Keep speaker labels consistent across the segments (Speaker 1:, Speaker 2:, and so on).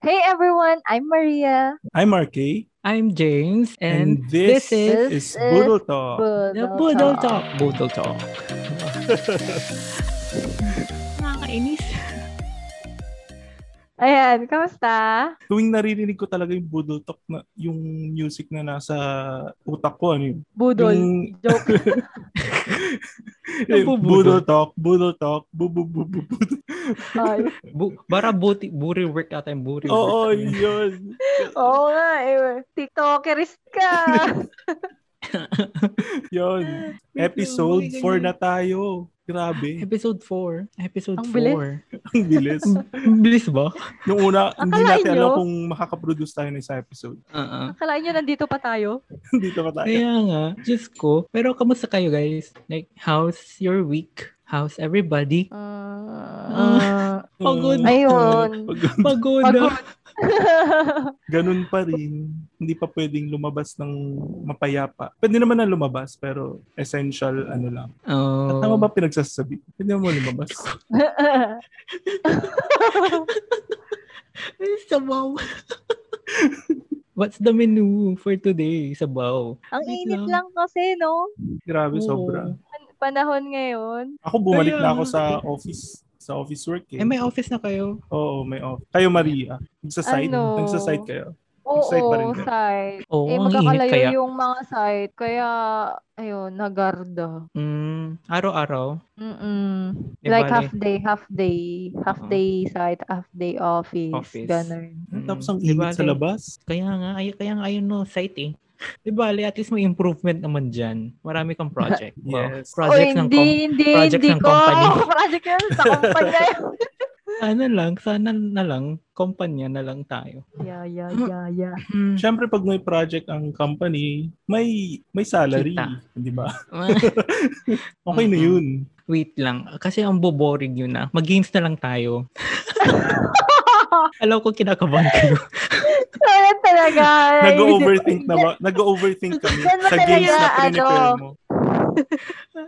Speaker 1: Hey everyone, I'm Maria.
Speaker 2: I'm RK.
Speaker 3: I'm James, and,
Speaker 2: And, this,
Speaker 3: this is
Speaker 2: is
Speaker 1: This is
Speaker 2: Boodle Talk.
Speaker 3: the
Speaker 1: Boodle
Speaker 3: Boodle
Speaker 1: Talk.
Speaker 3: Talk. Boodle Talk. Nakakainis.
Speaker 1: Ayan, kamusta?
Speaker 2: Tuwing naririnig ko talaga yung Boodle Talk, na, yung music na nasa utak ko, ano yun?
Speaker 1: Budol.
Speaker 3: Mm.
Speaker 2: Yung,
Speaker 1: Joke.
Speaker 2: eh, Boodle
Speaker 3: Yung bubudol.
Speaker 2: Talk, Boodle Talk, bu bu bu bu bu-
Speaker 1: Ay.
Speaker 3: Bu bara buti, buri work ata yung buri
Speaker 2: Oo,
Speaker 3: work.
Speaker 2: yun.
Speaker 1: Oo nga, eh. TikTokerist ka.
Speaker 2: Yun. Episode 4 na tayo. Grabe.
Speaker 3: Episode 4. Episode
Speaker 1: Ang
Speaker 3: 4.
Speaker 1: bilis.
Speaker 2: Ang bilis.
Speaker 3: Ang bilis ba?
Speaker 2: Nung una, hindi
Speaker 1: Akalain
Speaker 2: natin alam
Speaker 1: nyo?
Speaker 2: kung makakaproduce tayo ng isang episode.
Speaker 3: Oo.
Speaker 1: Akalain nyo nandito pa tayo?
Speaker 2: Dito ka tayo.
Speaker 3: Kaya nga, Diyos ko. Pero kamusta kayo guys? Like, how's your week? How's everybody? Ah,
Speaker 1: Uh,
Speaker 3: Pagod.
Speaker 1: Ayun.
Speaker 2: Pag-
Speaker 1: Pagod.
Speaker 3: Pagod. ah.
Speaker 2: ganun pa rin. Hindi pa pwedeng lumabas ng mapayapa. Pwede naman na lumabas, pero essential ano lang. At
Speaker 3: Oh.
Speaker 2: tama ba pinagsasabi? Pwede naman lumabas.
Speaker 3: Ay, Sabaw. What's the menu for today? Sabaw.
Speaker 1: Ang
Speaker 3: Wait
Speaker 1: init lang
Speaker 3: lang.
Speaker 1: kasi, no?
Speaker 2: Grabe,
Speaker 3: Oo.
Speaker 2: sobra.
Speaker 1: Pan- Panahon ngayon.
Speaker 2: Ako bumalik
Speaker 3: Kaya-
Speaker 2: na ako sa office sa office work eh.
Speaker 3: Eh, may office na kayo?
Speaker 2: Oo, may off. Kayo, Maria. Sa side?
Speaker 1: Ano?
Speaker 2: Ano? Sa side kayo? Site pa rin
Speaker 1: Oo,
Speaker 2: kayo.
Speaker 1: site.
Speaker 3: Oo,
Speaker 1: eh,
Speaker 3: ang init
Speaker 1: magkakalayo
Speaker 3: kaya.
Speaker 1: yung mga site. Kaya, ayun, nagarda.
Speaker 3: Mm, araw-araw.
Speaker 1: Mm-mm.
Speaker 3: Eh,
Speaker 1: like
Speaker 3: bale.
Speaker 1: half day, half day, half
Speaker 3: Oo.
Speaker 1: day site, half day office,
Speaker 3: Office.
Speaker 1: ganun.
Speaker 3: Mm,
Speaker 2: Tapos ang
Speaker 3: di
Speaker 2: init sa
Speaker 3: bale.
Speaker 2: labas.
Speaker 3: Kaya nga, ay, kaya nga ayun no, site eh. Di ba, at least may improvement naman dyan. Marami kang project. Wow.
Speaker 2: Yes.
Speaker 1: Oy,
Speaker 3: Project ng
Speaker 1: Oh, hindi,
Speaker 3: com-
Speaker 1: hindi,
Speaker 3: project
Speaker 1: hindi
Speaker 3: ng
Speaker 1: ko.
Speaker 3: company.
Speaker 1: project yun sa kumpanya.
Speaker 3: Sana lang, sana na lang, kumpanya na lang tayo.
Speaker 1: yeah, yeah, yeah, yeah.
Speaker 2: Siyempre, pag may project ang company, may may salary.
Speaker 3: Kita.
Speaker 2: Di ba? Okay na
Speaker 3: Mm-mm.
Speaker 2: yun.
Speaker 3: Wait lang, kasi ang boboring yun na. Mag-games na lang tayo. Alam ko kinakabahan kayo.
Speaker 1: Ayan talaga.
Speaker 2: Nag-overthink na ba? Nag-overthink kami
Speaker 1: Yan ba
Speaker 2: sa games
Speaker 1: talaga,
Speaker 2: na pinipare
Speaker 1: ano?
Speaker 2: mo.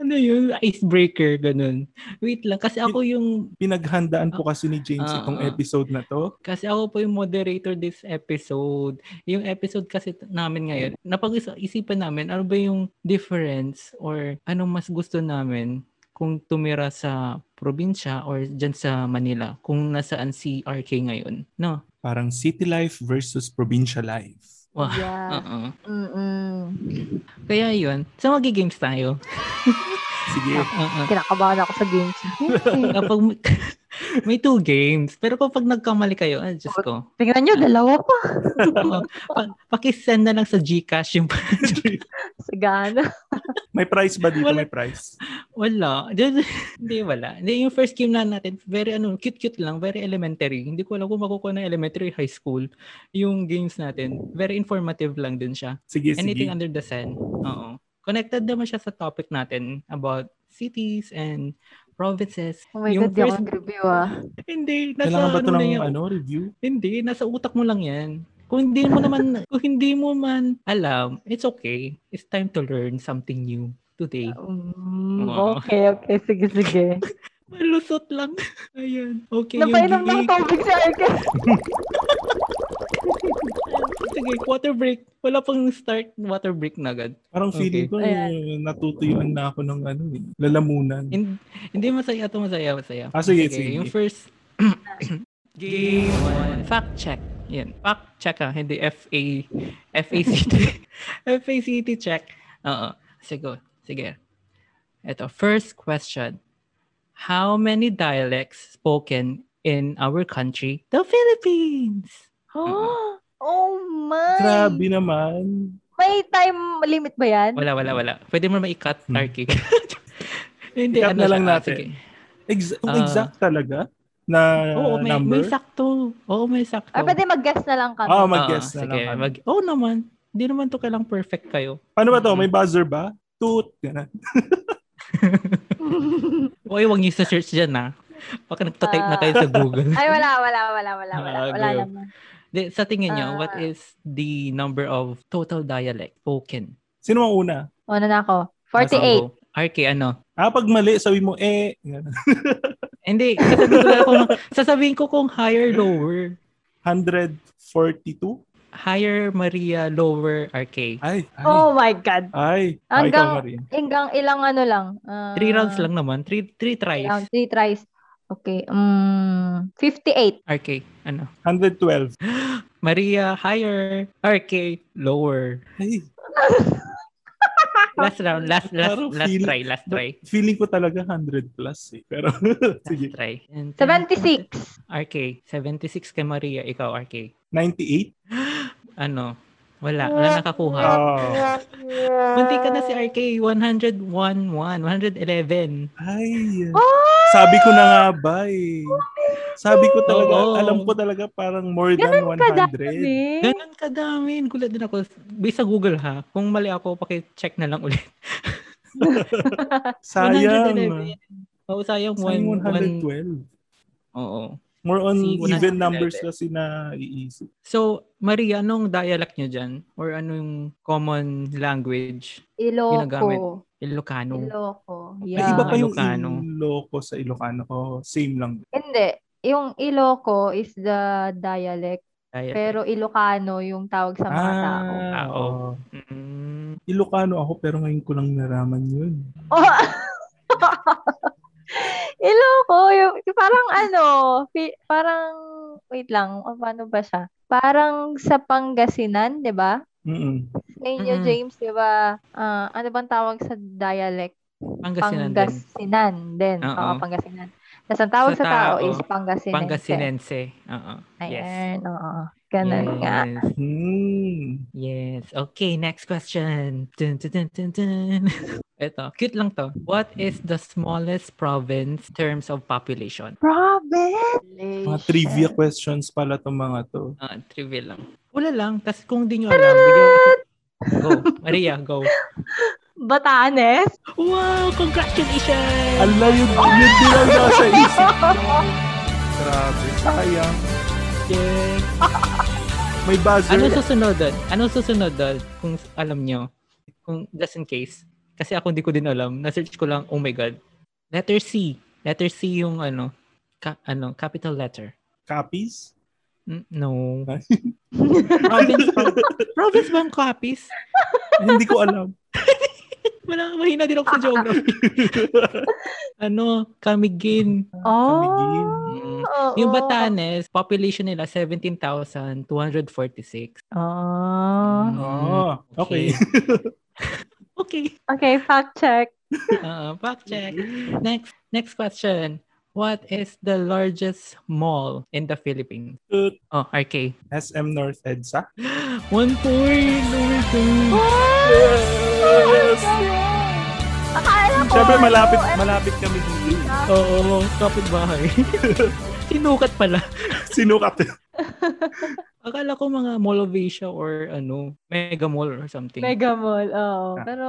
Speaker 3: ano yun? Icebreaker, ganun. Wait lang, kasi ako yung
Speaker 2: pinaghandaan po kasi ni James
Speaker 3: Ah,
Speaker 2: itong
Speaker 3: ah.
Speaker 2: episode na to.
Speaker 3: Kasi ako po yung moderator this episode. Yung episode kasi t- namin ngayon, napag-isipan namin ano ba yung difference or anong mas gusto namin kung tumira sa probinsya or dyan sa Manila, kung nasaan si RK ngayon. No?
Speaker 2: Parang city life versus provincial life.
Speaker 3: Wah.
Speaker 1: Yeah.
Speaker 3: Oo.
Speaker 1: Mm-mm.
Speaker 3: Kaya yun. Sa magigames tayo.
Speaker 2: Sige.
Speaker 3: Oo.
Speaker 1: Kinakabahan ako sa games.
Speaker 3: Kapag may two games. Pero kapag nagkamali kayo, ah, Diyos ko.
Speaker 1: Tingnan
Speaker 3: Ah.
Speaker 1: nyo, dalawa pa.
Speaker 3: Oo. Pa- pakisend na lang sa Gcash yung
Speaker 1: Sagana.
Speaker 2: May price ba dito?
Speaker 3: Wala.
Speaker 2: May price.
Speaker 3: Wala. Hindi, wala. Hindi, yung first game na natin, very ano, cute-cute lang, very elementary. Hindi ko alam kung makukuha ng elementary high school yung games natin. Very informative lang din siya.
Speaker 2: Sige,
Speaker 3: Anything
Speaker 2: sige.
Speaker 3: under the sun. Oo. Connected naman siya sa topic natin about cities and provinces.
Speaker 1: Oh my God,
Speaker 3: Yung
Speaker 1: di ako
Speaker 3: first-
Speaker 1: nag-review ah.
Speaker 3: Hindi, nasa
Speaker 2: Kailangan ba
Speaker 3: ano
Speaker 2: ito
Speaker 3: na
Speaker 2: ng
Speaker 3: yan.
Speaker 2: ano, review?
Speaker 3: Hindi, nasa utak mo lang yan. Kung hindi mo naman, kung hindi mo man alam, it's okay. It's time to learn something new today.
Speaker 1: Mm,
Speaker 3: Wow.
Speaker 1: Okay, okay. Sige, sige.
Speaker 3: Malusot lang. Ayun. Okay, yung
Speaker 1: Napainom ng
Speaker 3: gig.
Speaker 1: tubig sa akin.
Speaker 3: Sige, water break. Wala pang start, water break na agad.
Speaker 2: Parang feeling ko eh, natutuyuan na ako ng ano eh, lalamunan.
Speaker 3: Hin- hindi masaya to, masaya, masaya.
Speaker 2: Ah, sige, sige.
Speaker 3: Yung first... Game 1. Fact check. Yan. Fact check ha. Hindi FA... FACT. FACT check. Oo. Sige. Sige. Ito. First question. How many dialects spoken in our country? The Philippines.
Speaker 1: Oh, oh my.
Speaker 2: Grabe naman.
Speaker 1: May time limit ba yan?
Speaker 3: Wala, wala, wala. Pwede mo ma-cut,
Speaker 2: Hmm.
Speaker 3: Arky. Hindi,
Speaker 2: I-cut na
Speaker 3: siya.
Speaker 2: lang
Speaker 3: Ah,
Speaker 2: natin.
Speaker 3: sige.
Speaker 2: Ex- kung
Speaker 3: Ah.
Speaker 2: exact talaga na
Speaker 3: Oo, may, may
Speaker 2: number.
Speaker 3: sakto. Oo, may sakto.
Speaker 1: Or Ah, pwede mag-guess na lang kami.
Speaker 2: Ah,
Speaker 3: Ah,
Speaker 2: mag-guess na
Speaker 3: sige,
Speaker 2: lang. kami.
Speaker 3: Mag, oo naman. Hindi naman to kailang perfect kayo.
Speaker 2: Paano ba to? May buzzer ba? Toot. Ganun.
Speaker 3: Okay, huwag niyo sa search dyan, ha? Baka nagtatype na tayo sa Google.
Speaker 1: Ah. Ay, wala, wala, wala, wala, wala.
Speaker 3: Ah,
Speaker 1: Wala
Speaker 3: okay.
Speaker 1: naman.
Speaker 3: Di, sa tingin niyo, what
Speaker 1: Ah.
Speaker 3: is the number of total dialect spoken?
Speaker 2: Sino ang una?
Speaker 1: Una na ako.
Speaker 3: Nasa
Speaker 1: 48.
Speaker 3: Go. Arky, ano?
Speaker 2: Ah, pag mali, sabi mo, eh. Ganun.
Speaker 3: Hindi, sasabihin ko, lang kung, sasabihin ko kung higher, lower.
Speaker 2: 142?
Speaker 3: Higher Maria, lower RK.
Speaker 2: Ay, ay.
Speaker 1: Oh my God.
Speaker 2: Ay, ay, ikaw,
Speaker 1: Hanggang-
Speaker 2: Marin.
Speaker 1: Hanggang ilang ano lang? ah,
Speaker 3: Three rounds lang naman. Three, three tries.
Speaker 1: Round, three tries. Okay. Um, 58.
Speaker 3: RK, ano?
Speaker 2: 112.
Speaker 3: Maria, higher. RK, lower.
Speaker 2: Ay,
Speaker 3: Last round, last, last,
Speaker 2: Parang
Speaker 3: last
Speaker 2: feel-
Speaker 3: try, last try.
Speaker 2: feeling ko talaga 100 plus eh. Pero,
Speaker 3: Last
Speaker 2: sige.
Speaker 3: try. And then,
Speaker 1: 76.
Speaker 3: RK, 76 kay Maria, ikaw RK.
Speaker 2: 98?
Speaker 3: Ano? Wala, wala nakakuha.
Speaker 2: Oh.
Speaker 3: Munti ka na si RK, 101, 111.
Speaker 2: Ay.
Speaker 1: Oh!
Speaker 2: Sabi ko na nga ba eh. Sabi ko talaga,
Speaker 3: Oo.
Speaker 2: alam ko talaga parang more than
Speaker 1: Ganun ka
Speaker 2: 100.
Speaker 1: dami.
Speaker 3: Ganun kadami. Gulat din ako. Based sa Google ha. Kung mali ako, paki-check na lang ulit.
Speaker 2: Sayang. ah.
Speaker 3: 111. Oo, sayang.
Speaker 2: Sayang
Speaker 3: 112.
Speaker 2: 112.
Speaker 3: Oo.
Speaker 2: More on
Speaker 3: Si
Speaker 2: even
Speaker 3: 111.
Speaker 2: numbers kasi na iisip.
Speaker 3: So, Maria, anong dialect nyo dyan? Or anong common language? Ginagamit.
Speaker 1: Iloko.
Speaker 3: Ilocano.
Speaker 1: Iloko.
Speaker 2: May
Speaker 1: Yeah.
Speaker 2: iba pa yung
Speaker 3: Ilocano.
Speaker 2: Ilocano sa Ilocano ko. Same lang.
Speaker 1: Hindi. Yung Iloko is the dialect.
Speaker 3: Dialect.
Speaker 1: Pero Ilocano yung tawag sa mga tao.
Speaker 2: Ah,
Speaker 3: Tao.
Speaker 2: oo.
Speaker 3: Mm.
Speaker 2: Ilocano ako pero ngayon ko lang naraman yun.
Speaker 1: Oh. Iloko. Yung, yung parang ano, fi- parang, wait lang, o, paano ba siya? Parang sa Pangasinan, di ba?
Speaker 2: Mm-mm.
Speaker 1: Sa inyo,
Speaker 3: Mm-mm.
Speaker 1: James, di ba? Ah, ano bang tawag sa dialect?
Speaker 3: Pangasinan din.
Speaker 1: Pangasinan din.
Speaker 3: Oo.
Speaker 1: Oo, Pangasinan. Tapos ang tawag
Speaker 3: Sa
Speaker 1: sa tao
Speaker 3: tao,
Speaker 1: is Pangasinense.
Speaker 3: Pangasinense. Oo. Yes.
Speaker 1: Ayan, oo. Ganun nga.
Speaker 3: Yes.
Speaker 2: Hmm.
Speaker 3: Yes. Okay, next question. Dun, dun, dun, dun, dun. Ito, cute lang to. What is the smallest province in terms of population?
Speaker 1: Province.
Speaker 2: Mga trivia questions pala itong mga to.
Speaker 3: Ah, trivial lang. Wala lang. Tapos kung di nyo alam, bigyan ko- Go. Maria, go.
Speaker 1: Batanes?
Speaker 3: Wow! Congratulations!
Speaker 2: Ala, yun, yun din ang nasa isip. Grabe, sayang.
Speaker 3: Yes.
Speaker 2: May buzzer.
Speaker 3: Ano susunod doon? Ano susunod doon? Kung alam nyo. Kung just in case. Kasi ako hindi ko din alam. Na-search ko lang, oh my God. Letter C. Letter C yung ano, ka, ano capital letter.
Speaker 2: Copies?
Speaker 3: Mm, No.
Speaker 2: Ay.
Speaker 3: province, pro- province ba ang copies?
Speaker 2: Hindi ko alam.
Speaker 3: Wala, mahina din ako sa geography. ano, Camiguin.
Speaker 2: Kamigin.
Speaker 1: Oh.
Speaker 3: Mm.
Speaker 1: oo.
Speaker 3: Yung Batanes, population nila 17,246.
Speaker 1: Oh.
Speaker 3: Hmm,
Speaker 2: Oh, okay.
Speaker 3: okay.
Speaker 1: Okay, fact check.
Speaker 3: Uh, fact check. Next, next question. What is the largest mall in the Philippines?
Speaker 2: Tut.
Speaker 3: Oh, RK.
Speaker 2: SM North EDSA.
Speaker 3: One point. Oh my God.
Speaker 2: Yes!
Speaker 1: Akala ko.
Speaker 2: Siyempre,
Speaker 1: ano,
Speaker 2: malapit,
Speaker 1: eh,
Speaker 2: malapit kami dito. eh.
Speaker 3: Oo, kapitbahay. Sinukat pala.
Speaker 2: Sinukat.
Speaker 3: Akala ko mga Mall of Asia or ano, Mega Mall or something.
Speaker 1: Mega mall, oo. Pero,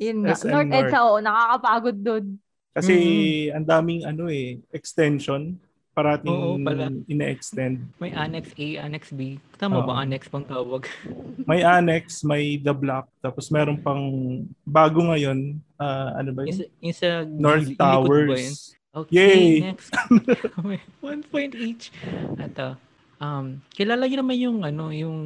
Speaker 1: yun nga.
Speaker 2: SM
Speaker 1: North
Speaker 2: North.
Speaker 1: Edsa, oo. Nakakapagod dun.
Speaker 2: Kasi
Speaker 3: Mm.
Speaker 2: ang daming ano eh, extension. Parating
Speaker 3: Oo, pala.
Speaker 2: ina-extend.
Speaker 3: May Annex A, Annex B. Tama
Speaker 2: Oo.
Speaker 3: ba Annex pang tawag?
Speaker 2: May annex, may the block. Tapos meron pang bago ngayon. ah, ano ba
Speaker 3: Yung
Speaker 2: yun?
Speaker 3: sa- yung sa
Speaker 2: North
Speaker 3: gilid- likod ba yun?
Speaker 2: Towers. Yay!
Speaker 3: Okay, next. One point each. Ito. Um, kilala niyo naman yung ano, yung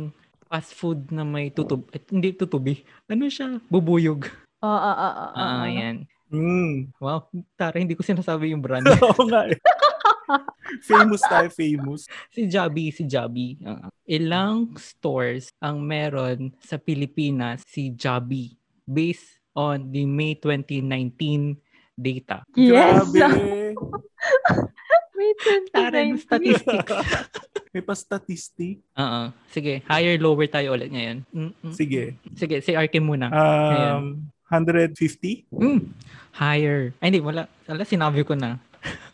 Speaker 3: fast food na may tutub, eh, hindi tutubi. Ano siya? Bubuyog.
Speaker 1: Oo, oo, oo, oo.
Speaker 3: Ah, yan.
Speaker 2: Mm.
Speaker 3: Wow, tara, hindi ko sinasabi yung brand.
Speaker 2: Oo nga eh. famous tayo, famous.
Speaker 3: si Jabi, si Jabi. Ah, ilang stores ang meron sa Pilipinas si Jabi based on the May 2019 data.
Speaker 1: Yes!
Speaker 2: Grabe.
Speaker 1: May
Speaker 3: Tara, yung
Speaker 1: 2019.
Speaker 3: statistics.
Speaker 2: May pa-statistic.
Speaker 3: Oo. Uh-uh. Sige, higher, lower tayo ulit ngayon. Mm-mm.
Speaker 2: Sige.
Speaker 3: Sige, si Arkin muna.
Speaker 2: Um, 150?
Speaker 3: Mm. Higher. Ay, hindi, wala. Wala, sinabi ko na.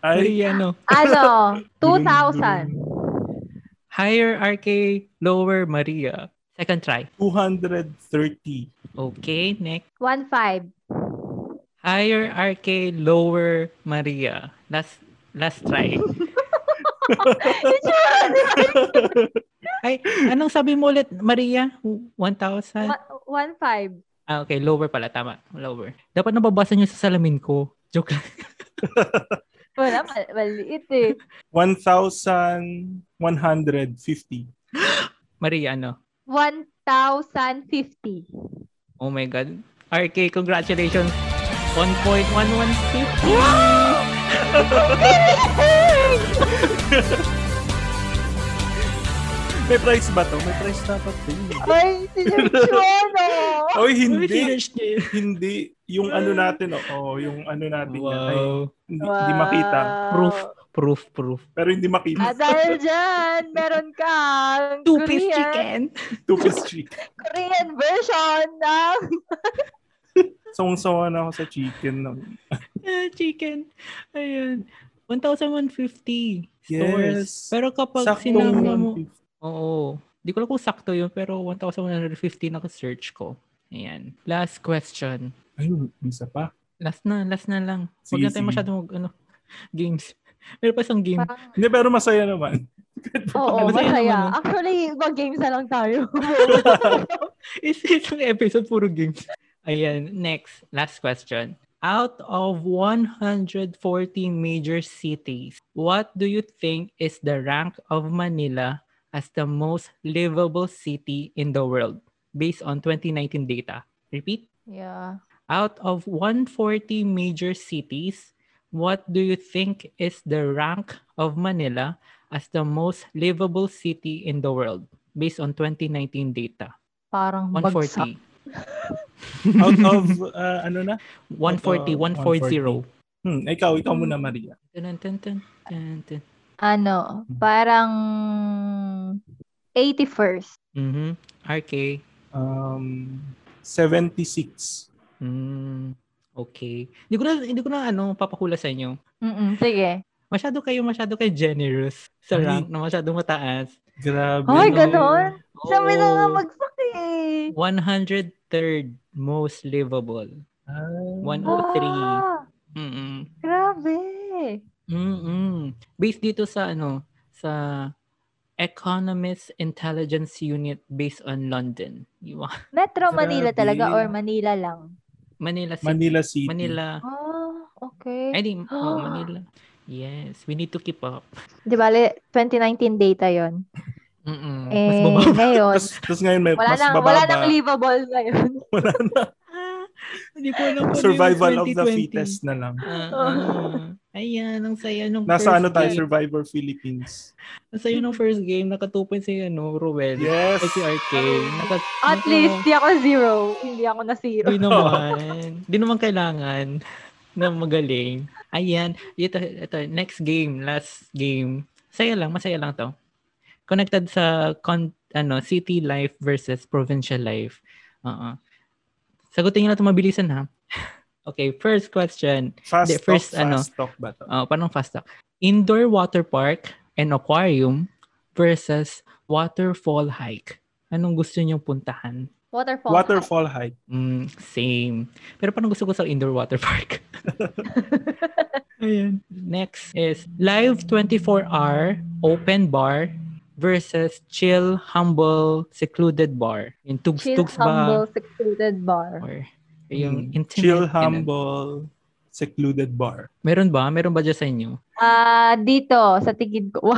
Speaker 2: Ay,
Speaker 3: Ay, ano.
Speaker 1: Ano? 2,000.
Speaker 3: Higher RK, lower Maria. Second try.
Speaker 2: 230.
Speaker 3: Okay, next.
Speaker 1: 1,500.
Speaker 3: Higher RK, lower Maria. Last last try. Ay, anong sabi mo ulit, Maria? 1,000?
Speaker 1: 1,500.
Speaker 3: Ah, okay, lower pala. Tama, lower. Dapat nababasa nyo sa salamin ko. Joke lang.
Speaker 1: Wala, mal- maliit eh.
Speaker 2: 1,150.
Speaker 3: Maria, ano?
Speaker 1: 1,050.
Speaker 3: Oh my God. RK, congratulations. 1.1150.
Speaker 2: May price ba to? May price dapat din.
Speaker 1: Ay, sinusuno!
Speaker 2: Oy,
Speaker 3: Uy,
Speaker 2: hindi.
Speaker 3: finish niya yun.
Speaker 2: hindi. Yung ano natin, oo. yung ano natin. yan ay
Speaker 3: Wow.
Speaker 2: hindi, hindi makita.
Speaker 3: Proof, proof, proof.
Speaker 2: Pero hindi makita.
Speaker 1: Ah, dahil dyan, meron kang
Speaker 3: Two-piece
Speaker 1: Korean,
Speaker 3: chicken.
Speaker 2: Two-piece chicken.
Speaker 1: Korean version ng...
Speaker 2: Sawang-sawa na ako sa chicken. ng
Speaker 3: Ah, chicken. Ayun. 1,150
Speaker 2: Yes.
Speaker 3: stores. Pero kapag
Speaker 2: Saktong
Speaker 3: sinama mo,
Speaker 2: 150.
Speaker 3: Oo. Di ko lang kung sakto yun, pero 1,150 na search ko. Ayan. Last question.
Speaker 2: Ayun, isa pa.
Speaker 3: Last na, last na lang. Huwag
Speaker 2: Sige,
Speaker 3: na tayo
Speaker 2: sige.
Speaker 3: masyadong mag, ano, games. Meron pa isang game.
Speaker 1: Parang,
Speaker 2: Hindi, pero masaya naman.
Speaker 1: oo,
Speaker 3: Masaya naman
Speaker 1: masaya.
Speaker 3: yun.
Speaker 1: Actually, mag-games na lang tayo.
Speaker 3: Is isang episode, puro games. Ayan. Next. Last question. Out of 140 major cities, what do you think is the rank of Manila as the most livable city in the world based on 2019 data? Repeat.
Speaker 1: yeah.
Speaker 3: out of 140 major cities, what do you think is the rank of Manila as the most livable city in the world based on 2019 data?
Speaker 1: Parang bagsak.
Speaker 3: 140.
Speaker 2: Out of, uh, ano na?
Speaker 3: 140, 140.
Speaker 2: Hmm, ikaw, ikaw muna, Maria.
Speaker 3: Dun, dun, dun, dun, dun.
Speaker 1: Ano,
Speaker 3: Mm.
Speaker 1: parang... 81st.
Speaker 3: Mhm. RK.
Speaker 2: Um, 76.
Speaker 3: Mm, okay. Hindi ko na hindi ko na ano papahula sa inyo.
Speaker 1: Mm-mm, sige.
Speaker 3: Masyado kayo masyado kayo generous sa
Speaker 2: Ay.
Speaker 3: rank na masyadong mataas. Oh,
Speaker 2: Grabe.
Speaker 1: Ay,
Speaker 2: no?
Speaker 1: ganon? Sabi na nga
Speaker 3: Oo.
Speaker 1: magsak eh.
Speaker 3: 103rd most livable.
Speaker 2: Ah,
Speaker 3: 103.
Speaker 1: Ah,
Speaker 3: Mm-mm.
Speaker 1: grabe.
Speaker 3: Mm-mm. Based dito sa ano, sa Economist Intelligence Unit based on London. Yung mga
Speaker 1: Metro Manila
Speaker 2: Grabe.
Speaker 1: talaga or Manila lang?
Speaker 3: Manila City.
Speaker 2: Manila City.
Speaker 3: Manila.
Speaker 1: Oh, okay.
Speaker 3: Ay, di, oh, Manila. Yes, we need to keep up.
Speaker 1: Di ba, 2019 data yon
Speaker 3: Mm-mm. Mas
Speaker 1: Eh,
Speaker 3: bumaba.
Speaker 1: ngayon,
Speaker 2: Tapos, tapos ngayon may
Speaker 1: wala
Speaker 2: Mm. mas
Speaker 1: nang,
Speaker 2: bababa.
Speaker 1: wala nang livable ngayon.
Speaker 3: Ah, Hindi ko alam kung ano yung
Speaker 2: Survival of the
Speaker 3: 2020.
Speaker 2: fittest na lang.
Speaker 3: Ah, ah. ayan, ang saya nung
Speaker 2: Nasa
Speaker 3: first
Speaker 2: ano tayo,
Speaker 3: game.
Speaker 2: Survivor Philippines.
Speaker 3: Ang saya nung first game, naka 2 points si ano, Ruel.
Speaker 2: Yes.
Speaker 3: Ay, si RK. Naka,
Speaker 1: At least, di ako zero. Hindi ako na zero.
Speaker 3: Di naman. Di naman kailangan na magaling. Ayan. Ito, ito, next game. Last game. Saya lang. Masaya lang to. Connected sa con, ano, city life versus provincial life. Oo. Sagutin nyo na ito mabilisan ha. okay, first question.
Speaker 2: Fast
Speaker 3: Hindi,
Speaker 2: talk,
Speaker 3: first,
Speaker 2: fast
Speaker 3: ano.
Speaker 2: talk ba to?
Speaker 3: Uh, parang fast talk. Indoor water park and aquarium versus waterfall hike. Anong gusto nyong puntahan?
Speaker 1: Waterfall.
Speaker 2: Waterfall height.
Speaker 3: Mm, same. Pero parang gusto ko sa indoor water park. Ayan. Next is live 24-hour open bar versus chill, humble, secluded bar. Yung
Speaker 1: Chill,
Speaker 3: tugs-tugs ba?
Speaker 1: humble, secluded bar.
Speaker 3: Or yung
Speaker 2: Mm.
Speaker 3: intimate.
Speaker 2: Chill,
Speaker 3: ganun.
Speaker 2: humble, secluded bar.
Speaker 3: Meron ba? Meron ba dyan sa inyo?
Speaker 1: Ah, dito, sa tigid ko.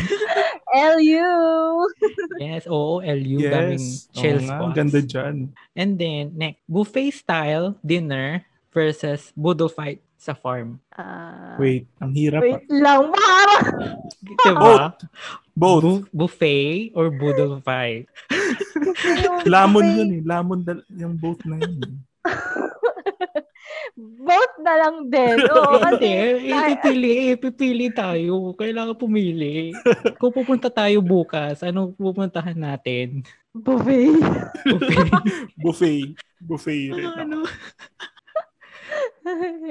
Speaker 1: LU!
Speaker 3: Yes, oo, LU. Daming
Speaker 2: Yes. Oo
Speaker 3: chill
Speaker 2: nga,
Speaker 3: spots.
Speaker 2: Ang ganda dyan.
Speaker 3: And then, next, buffet style dinner versus boodle fight sa farm.
Speaker 1: Ah,
Speaker 2: Wait, ang hirap.
Speaker 1: wait
Speaker 2: ah.
Speaker 1: lang. Parang
Speaker 2: Oh!
Speaker 3: Diba?
Speaker 2: Both.
Speaker 3: Bu- buffet or boodle fight?
Speaker 1: yung
Speaker 2: Lamon
Speaker 1: buffet.
Speaker 2: yun eh. Lamon dal- yung both na yun. eh.
Speaker 1: Both na lang din. Oo,
Speaker 3: Hindi,
Speaker 1: kasi
Speaker 3: ipipili, ipipili tayo. Kailangan pumili. Kung pupunta tayo bukas, ano pupuntahan natin?
Speaker 1: buffet.
Speaker 3: Buffet.
Speaker 2: Buffet. Buffet rin.
Speaker 3: ano?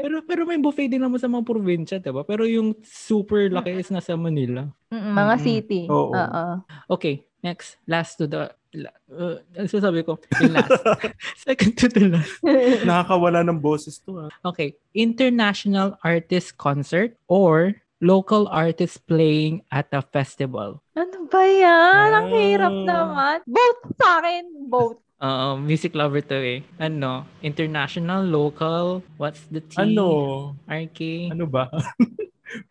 Speaker 3: Pero, pero may buffet din naman sa mga probinsya, diba? Pero yung super laki is nasa Manila.
Speaker 1: Mm, mga
Speaker 3: Mm-mm.
Speaker 1: city.
Speaker 2: Oo.
Speaker 1: Oo.
Speaker 3: Okay, next. Last to the... la- Uh, ano sasabi ko? Yung last. Second to the last.
Speaker 2: Nakakawala ng boses to ah.
Speaker 3: Okay, international artist concert or local artist playing at a festival.
Speaker 1: Ano ba yan? Ang hirap
Speaker 2: Ah.
Speaker 1: naman. Both sa akin. Both.
Speaker 3: Uh, music lover to eh. Ano? International, local, what's the T?
Speaker 2: Ano?
Speaker 3: RK?
Speaker 2: Ano ba?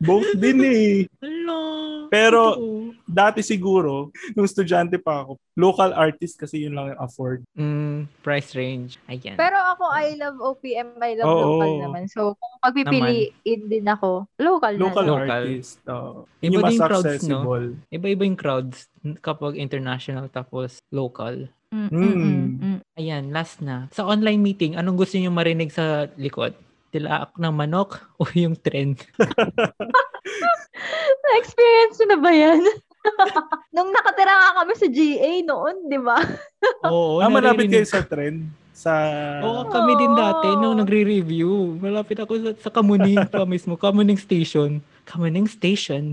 Speaker 2: Both din eh.
Speaker 3: Hello.
Speaker 2: Pero-
Speaker 3: totoo.
Speaker 2: Dati siguro, nung estudyante pa ako, local artist kasi yun lang yung afford.
Speaker 3: Mm, price range. Ayan.
Speaker 1: Pero ako, I love OPM, I love
Speaker 2: Oo.
Speaker 1: local naman. So, kung pagpipiliin din ako, local,
Speaker 2: Local,
Speaker 3: Local.
Speaker 1: na. lang.
Speaker 2: artist. Oh.
Speaker 3: Iba
Speaker 2: Yun yung mas
Speaker 3: din crowds, no?
Speaker 2: accessible.
Speaker 3: Iba-iba yung crowds kapag international tapos local.
Speaker 1: Mm,
Speaker 2: Mm.
Speaker 1: mm, mm, mm.
Speaker 3: Ayan, last na. Sa online meeting, anong gusto niyo marinig sa likod? Tilaak ng manok o yung trend?
Speaker 1: Na-experience mo na ba yan? Nung nakatira nga kami sa GA noon, di ba?
Speaker 3: Oo,
Speaker 2: Ah, malapit kayo
Speaker 3: naririnig-
Speaker 2: sa trend? Sa...
Speaker 3: Oo, kami din dati
Speaker 1: Oo.
Speaker 3: nung nagre-review. Malapit ako sa, sa Kamuning pa mismo. Kamuning Station. Kamuning Station.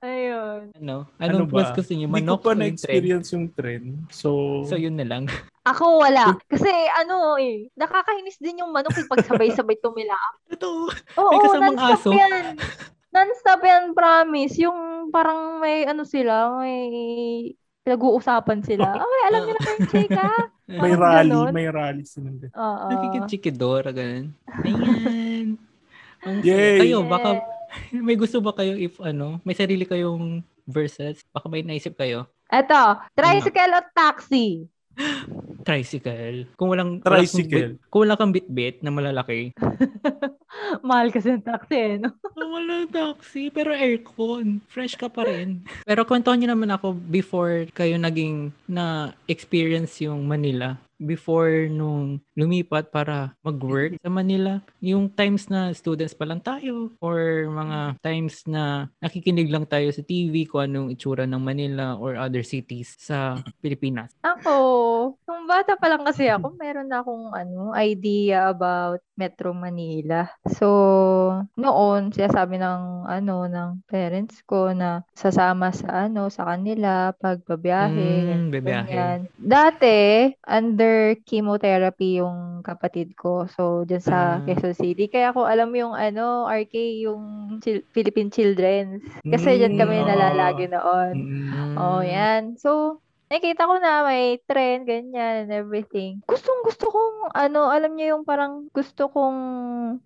Speaker 1: Ayun.
Speaker 3: ano? Anong
Speaker 2: Ano
Speaker 3: plus
Speaker 2: ba?
Speaker 3: gusto niyo?
Speaker 2: Hindi ko
Speaker 3: Manok
Speaker 2: pa
Speaker 3: o yung trend?
Speaker 2: na-experience yung trend. So,
Speaker 3: So, yun na lang.
Speaker 1: Ako wala. Kasi ano eh, nakakainis din yung manok eh, pag sabay-sabay tumila
Speaker 3: Totoo.
Speaker 1: Oo,
Speaker 3: May kasamang
Speaker 1: non-stop
Speaker 3: aso.
Speaker 1: yan. Non-stop yan, promise. Yung parang may ano sila, may pinag-uusapan sila. Okay, alam niyo na ba yung chika?
Speaker 2: may
Speaker 1: Parang
Speaker 2: rally.
Speaker 1: ganon.
Speaker 2: May rally sinundan.
Speaker 1: Oo.
Speaker 3: Nakikid-chikidora, ganun. Ah. Ayan. Ang
Speaker 2: Yay!
Speaker 3: Kayo, baka may gusto ba kayo if ano, may sarili kayong verses? Baka may naisip kayo.
Speaker 1: Eto, tricycle o taxi?
Speaker 3: Tricycle. Kung walang
Speaker 2: Tricycle.
Speaker 3: Wala kang, bit- kung wala kang bit-bit na malalaki.
Speaker 1: Mahal kasi yung taxi, eh, no?
Speaker 3: Oh, wala taxi, pero aircon. Fresh ka pa rin. pero kwentuhan niyo naman ako before kayo naging na-experience yung Manila. Before nung lumipat para mag-work sa Manila. Yung times na students pa lang tayo or mga times na nakikinig lang tayo sa TV kung anong itsura ng Manila or other cities sa Pilipinas.
Speaker 1: Ako, nung bata pa lang kasi ako, meron na akong ano, idea about Metro Manila. So, noon, sinasabi ng ano ng parents ko na sasama sa ano sa kanila pag babiyahe,
Speaker 3: Mm, babiyahe.
Speaker 1: ganyan. Dati, under chemotherapy yung kapatid ko. So, dyan sa
Speaker 3: Ah.
Speaker 1: Quezon City. Kaya ako alam yung ano, RK, yung Chil- Philippine Children's. Kasi dyan kami
Speaker 2: Mm,
Speaker 1: nalalagi noon.
Speaker 2: Mm.
Speaker 3: Hmm,
Speaker 1: Oh, yan. So, nakita ko na may trend, ganyan, and everything. Gustong gusto kong, ano, alam niyo yung parang gusto kong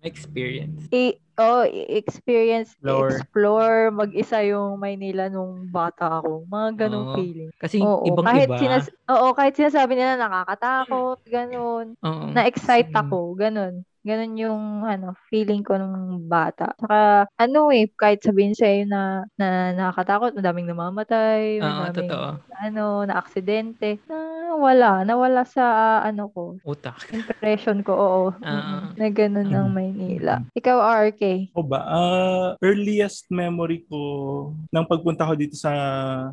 Speaker 3: Experience.
Speaker 1: i- oh, i- experience,
Speaker 3: Explore.
Speaker 1: explore, mag-isa yung Maynila nung bata ako. Mga ganong
Speaker 3: Oo.
Speaker 1: feeling.
Speaker 3: Kasi
Speaker 1: Oo, kahit
Speaker 3: ibang-iba.
Speaker 1: sinas- oo, kahit sinasabi nila nakakatakot, ganon.
Speaker 3: Oo.
Speaker 1: Na-excite
Speaker 3: Same.
Speaker 1: ako, ganun. Ganun yung ano, feeling ko nung bata. Saka ano eh, kahit sabihin sa'yo na, na nakakatakot, madaming namamatay,
Speaker 3: Ah, Oo,
Speaker 1: madaming
Speaker 3: totoo.
Speaker 1: ano, na aksidente. Nawala, nawala sa ano ko,
Speaker 3: Utak.
Speaker 1: impression ko, oo.
Speaker 3: Ah. Mm-hmm.
Speaker 1: Mm-mm. na ganun ng Maynila. Ikaw, RK.
Speaker 2: Ako ba? Ah, earliest memory ko nang pagpunta ko dito sa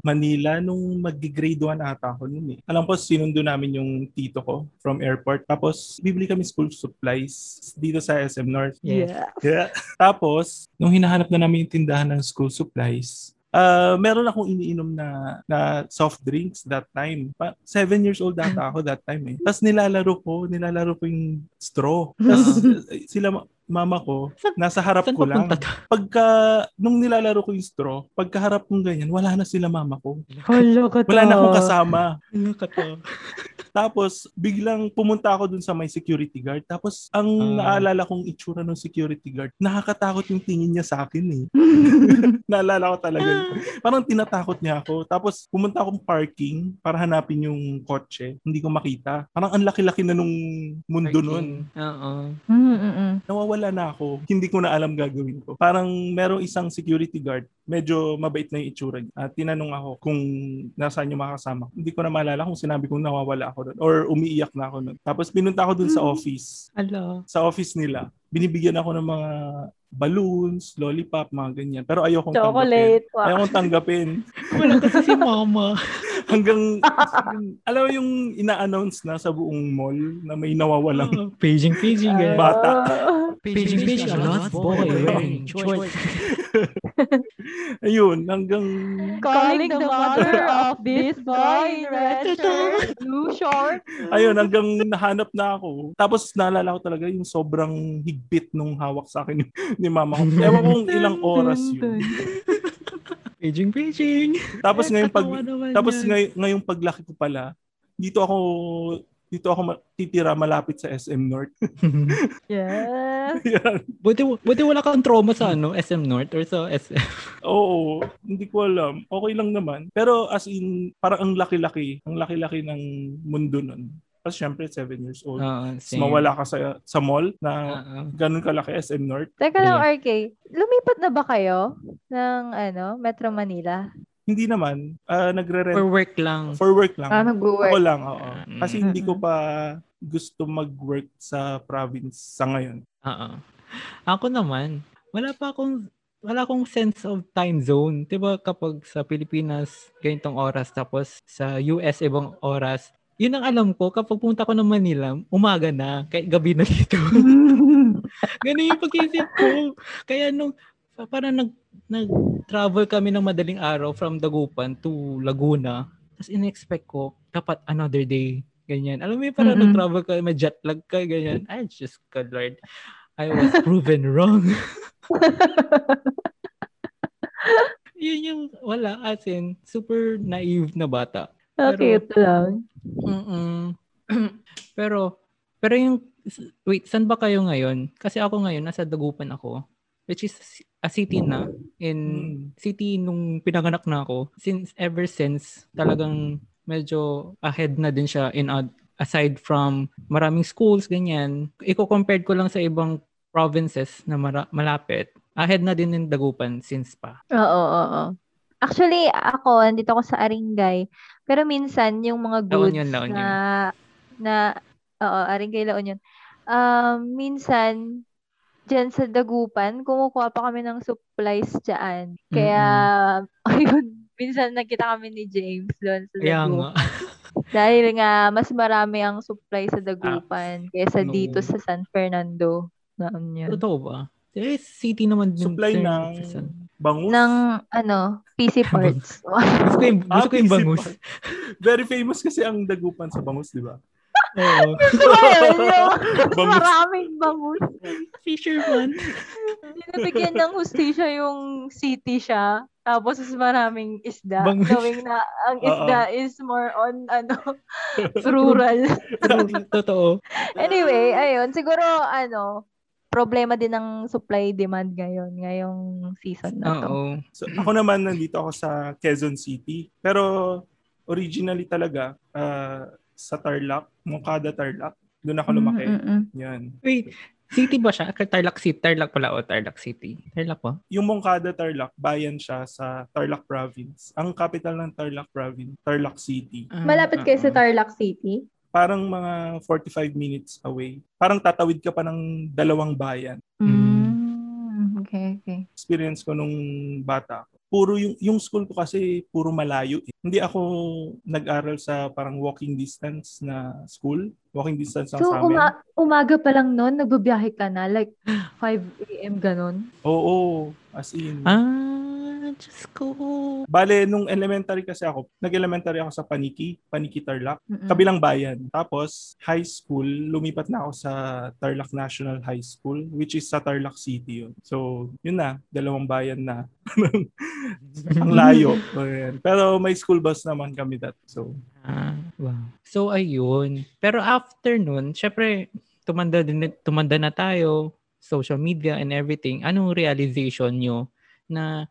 Speaker 2: Manila nung mag-grade 1 ata ako noon eh. Alam ko sinundo namin yung tito ko from airport. Tapos bibili kami school supplies dito sa SM North.
Speaker 3: Yes.
Speaker 1: Yeah.
Speaker 2: Yeah. Tapos nung hinahanap na namin yung tindahan ng school supplies, ah, meron akong iniinom na, na soft drinks that time. Pa- seven years old ata ako that time eh. Tapos nilalaro ko, nilalaro ko yung straw. Tapos sila ma- mama ko,
Speaker 3: Saan-
Speaker 2: nasa harap
Speaker 3: Saan
Speaker 2: ko lang
Speaker 3: papunta to?
Speaker 2: pagka nung nilalaro ko yung straw, pagkaharap kong ganyan, wala na sila mama ko.
Speaker 1: Hello ka
Speaker 2: Wala na akong kasama.
Speaker 3: Ano ka to?
Speaker 2: Tapos biglang pumunta ako dun sa may security guard. Tapos ang
Speaker 3: Ah.
Speaker 2: naalala kong itsura ng security guard, nakakatakot yung tingin niya sa akin eh. naalala ko talaga. yun. Parang tinatakot niya ako. Tapos pumunta akong parking para hanapin yung kotse. Hindi ko makita. Parang ang laki-laki na nung mundo nun.
Speaker 3: Oo.
Speaker 1: Mm-mm.
Speaker 2: nawawala na ako. Hindi ko na alam gagawin ko. Parang merong isang security guard, medyo mabait na yung itsura niya. At tinanong ako kung nasaan yung makasama. Hindi ko na maalala kung sinabi kong nawawala ako doon or umiiyak na ako doon. Tapos pinunta ako doon sa
Speaker 3: Hmm.
Speaker 2: office.
Speaker 3: Hello.
Speaker 2: Sa office nila, binibigyan ako ng mga balloons, lollipop, mga ganyan. Pero ayokong tanggapin.
Speaker 1: Chocolate. Wow.
Speaker 2: Ayokong tanggapin.
Speaker 3: Wala kasi si mama.
Speaker 2: Hanggang, alam mo yung ina-announce na sa buong mall na may nawawalang
Speaker 3: Oo, Paging, paging. ganun.
Speaker 2: Ba- bata.
Speaker 1: Ah.
Speaker 3: Paging, paging. A lost boy wearing shorts.
Speaker 2: Ayun, hanggang
Speaker 1: Calling the mother of this boy in red shirt, blue short.
Speaker 2: Ayun, hanggang nahanap na ako. Tapos naalala ko talaga yung sobrang higpit nung hawak sa akin ni- ni mama ko. Ewan kong ilang oras yun.
Speaker 3: Paging, paging.
Speaker 2: Tapos
Speaker 3: Eh,
Speaker 2: ngayon pag
Speaker 3: katawa naman
Speaker 2: tapos
Speaker 3: yan.
Speaker 2: ngay, ngayong paglaki ko pala, dito ako dito ako ma- titira malapit sa SM North.
Speaker 1: Yes.
Speaker 2: Yan.
Speaker 3: buti, buti wala kang trauma sa ano, SM North or sa SM.
Speaker 2: Oo, hindi ko alam. Okay lang naman. Pero as in, parang ang laki-laki. Ang laki-laki ng mundo nun. Tapos syempre, 7 years old. Tapos
Speaker 3: Oo, Ah, same.
Speaker 2: mawala ka sa, sa mall na
Speaker 3: Oo.
Speaker 2: ganun kalaki SM North.
Speaker 1: Teka lang,
Speaker 3: Yeah.
Speaker 1: RK. Lumipat na ba kayo ng ano, Metro Manila?
Speaker 2: Hindi naman. ah,
Speaker 3: For
Speaker 2: nagre-rent.
Speaker 3: work lang.
Speaker 2: Mm. For work lang.
Speaker 1: Ah, nag-work.
Speaker 2: Ako lang, oo.
Speaker 3: Mm.
Speaker 2: Kasi hindi ko pa gusto mag-work sa province sa ngayon.
Speaker 3: Oo. Ako naman, wala pa akong wala akong sense of time zone. 'Di ba kapag sa Pilipinas ganitong oras tapos sa US ibang oras. 'Yun ang alam ko kapag punta ko ng Manila, umaga na, kahit gabi na dito. Ganun yung pag-isip ko. Kaya nung parang nag nag-travel kami ng madaling araw from Dagupan to Laguna. Tapos in-expect ko, dapat another day. Ganyan. Alam mo yung parang
Speaker 1: Mm-mm.
Speaker 3: nag-travel ka, may jet lag ka, ganyan. I just, God Lord, I was proven wrong. Yun yung, wala, as in, super naive na bata.
Speaker 1: Ah,
Speaker 3: Pero-
Speaker 1: cute lang.
Speaker 3: Mm-mm. pero, pero yung, wait, saan ba kayo ngayon? Kasi ako ngayon, nasa Dagupan ako, which is a city na, in
Speaker 2: Mm.
Speaker 3: city nung pinanganak na ako. Since, ever since, talagang medyo ahead na din siya in ad- aside from maraming schools, ganyan. Iko-compared ko lang sa ibang provinces na mara- malapit. Ahead na din ng Dagupan since pa.
Speaker 1: Oo, oo, oo. Actually, ako, andito ako sa Aringay. Pero minsan, yung mga
Speaker 3: La
Speaker 1: goods
Speaker 3: Union, La Union.
Speaker 1: na, na, oo, Aringay, La Union. Um, minsan, dyan sa Dagupan, kumukuha pa kami ng supplies dyan. Kaya, ayun, minsan nakita kami ni James doon sa
Speaker 3: Kaya
Speaker 1: Dagupan.
Speaker 3: nga.
Speaker 1: Dahil nga, mas marami ang supply
Speaker 3: Ah,
Speaker 1: sa Dagupan kaysa
Speaker 3: no.
Speaker 1: dito sa San Fernando. Noon yun.
Speaker 3: Totoo ba? Eh, city naman din.
Speaker 2: Supply
Speaker 3: sir,
Speaker 2: ng
Speaker 3: Susan.
Speaker 2: bangus.
Speaker 1: Ng, ano, PC parts.
Speaker 3: Gusto ko yung, gusto ko yung
Speaker 2: Ah, PC
Speaker 3: bangus.
Speaker 2: parts. Very famous kasi ang dagupan sa bangus, di ba?
Speaker 3: Oo.
Speaker 1: Well, yung
Speaker 2: Bangus.
Speaker 1: maraming bangus.
Speaker 3: Fisherman.
Speaker 1: Binibigyan ng hustisya yung city siya. Tapos mas maraming isda.
Speaker 3: Bangus.
Speaker 1: Knowing na ang isda is more on, ano, rural.
Speaker 3: Totoo.
Speaker 1: Anyway,
Speaker 2: Ah.
Speaker 1: ayun. Siguro, ano, problema din ng supply demand ngayon. Ngayong season na to.
Speaker 3: Oo.
Speaker 2: So, ako naman nandito ako sa Quezon City. Pero originally talaga ah, sa Tarlac, Moncada Tarlac, doon ako lumaki.
Speaker 1: Mm, mm, mm.
Speaker 2: Yan.
Speaker 3: Wait, city ba siya? Tar- Tarlac City. Tarlac pala. O, Tarlac City. Tarlac ba?
Speaker 2: Yung Moncada Tarlac, bayan siya sa Tarlac Province. Ang capital ng Tarlac Province, Tarlac City.
Speaker 3: Ah,
Speaker 1: Malapit kayo sa
Speaker 3: oo.
Speaker 1: Tarlac City?
Speaker 2: Parang mga 45 minutes away. Parang tatawid ka pa ng dalawang bayan.
Speaker 1: Mm. Okay, okay.
Speaker 2: Experience ko nung bata ako. Puro yung, yung school ko kasi puro malayo. eh. Hindi ako nag-aral sa parang walking distance na school. Walking distance lang
Speaker 1: So,
Speaker 2: sa amin.
Speaker 1: uma- umaga pa lang noon, nagbabiyahe ka na? Like, 5 a.m. ganun?
Speaker 2: Oo, as in.
Speaker 3: Ah, Diyos ko.
Speaker 2: Bale, nung elementary kasi ako, nag-elementary ako sa Paniki, Paniki Tarlac,
Speaker 1: Mm-mm.
Speaker 2: kabilang bayan. Tapos, high school, lumipat na ako sa Tarlac National High School, which is sa Tarlac City yun. So, yun na, dalawang bayan na. Ang layo. O, yan. Pero may school bus naman kami that. So,
Speaker 3: Ah, wow. So, ayun. Pero after nun, syempre, tumanda, din, tumanda na tayo, social media and everything. Anong realization nyo na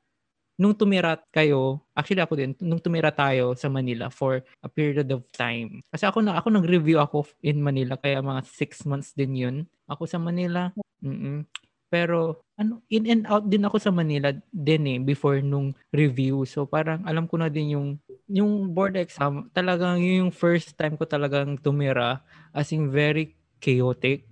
Speaker 3: nung tumira kayo, actually ako din, nung tumira tayo sa Manila for a period of time. Kasi ako, na, ako nag-review ako in Manila, kaya mga six months din yun. Ako sa Manila, mm Pero ano, in and out din ako sa Manila din eh, before nung review. So parang alam ko na din yung yung board exam, talagang yun yung first time ko talagang tumira. As in, very chaotic.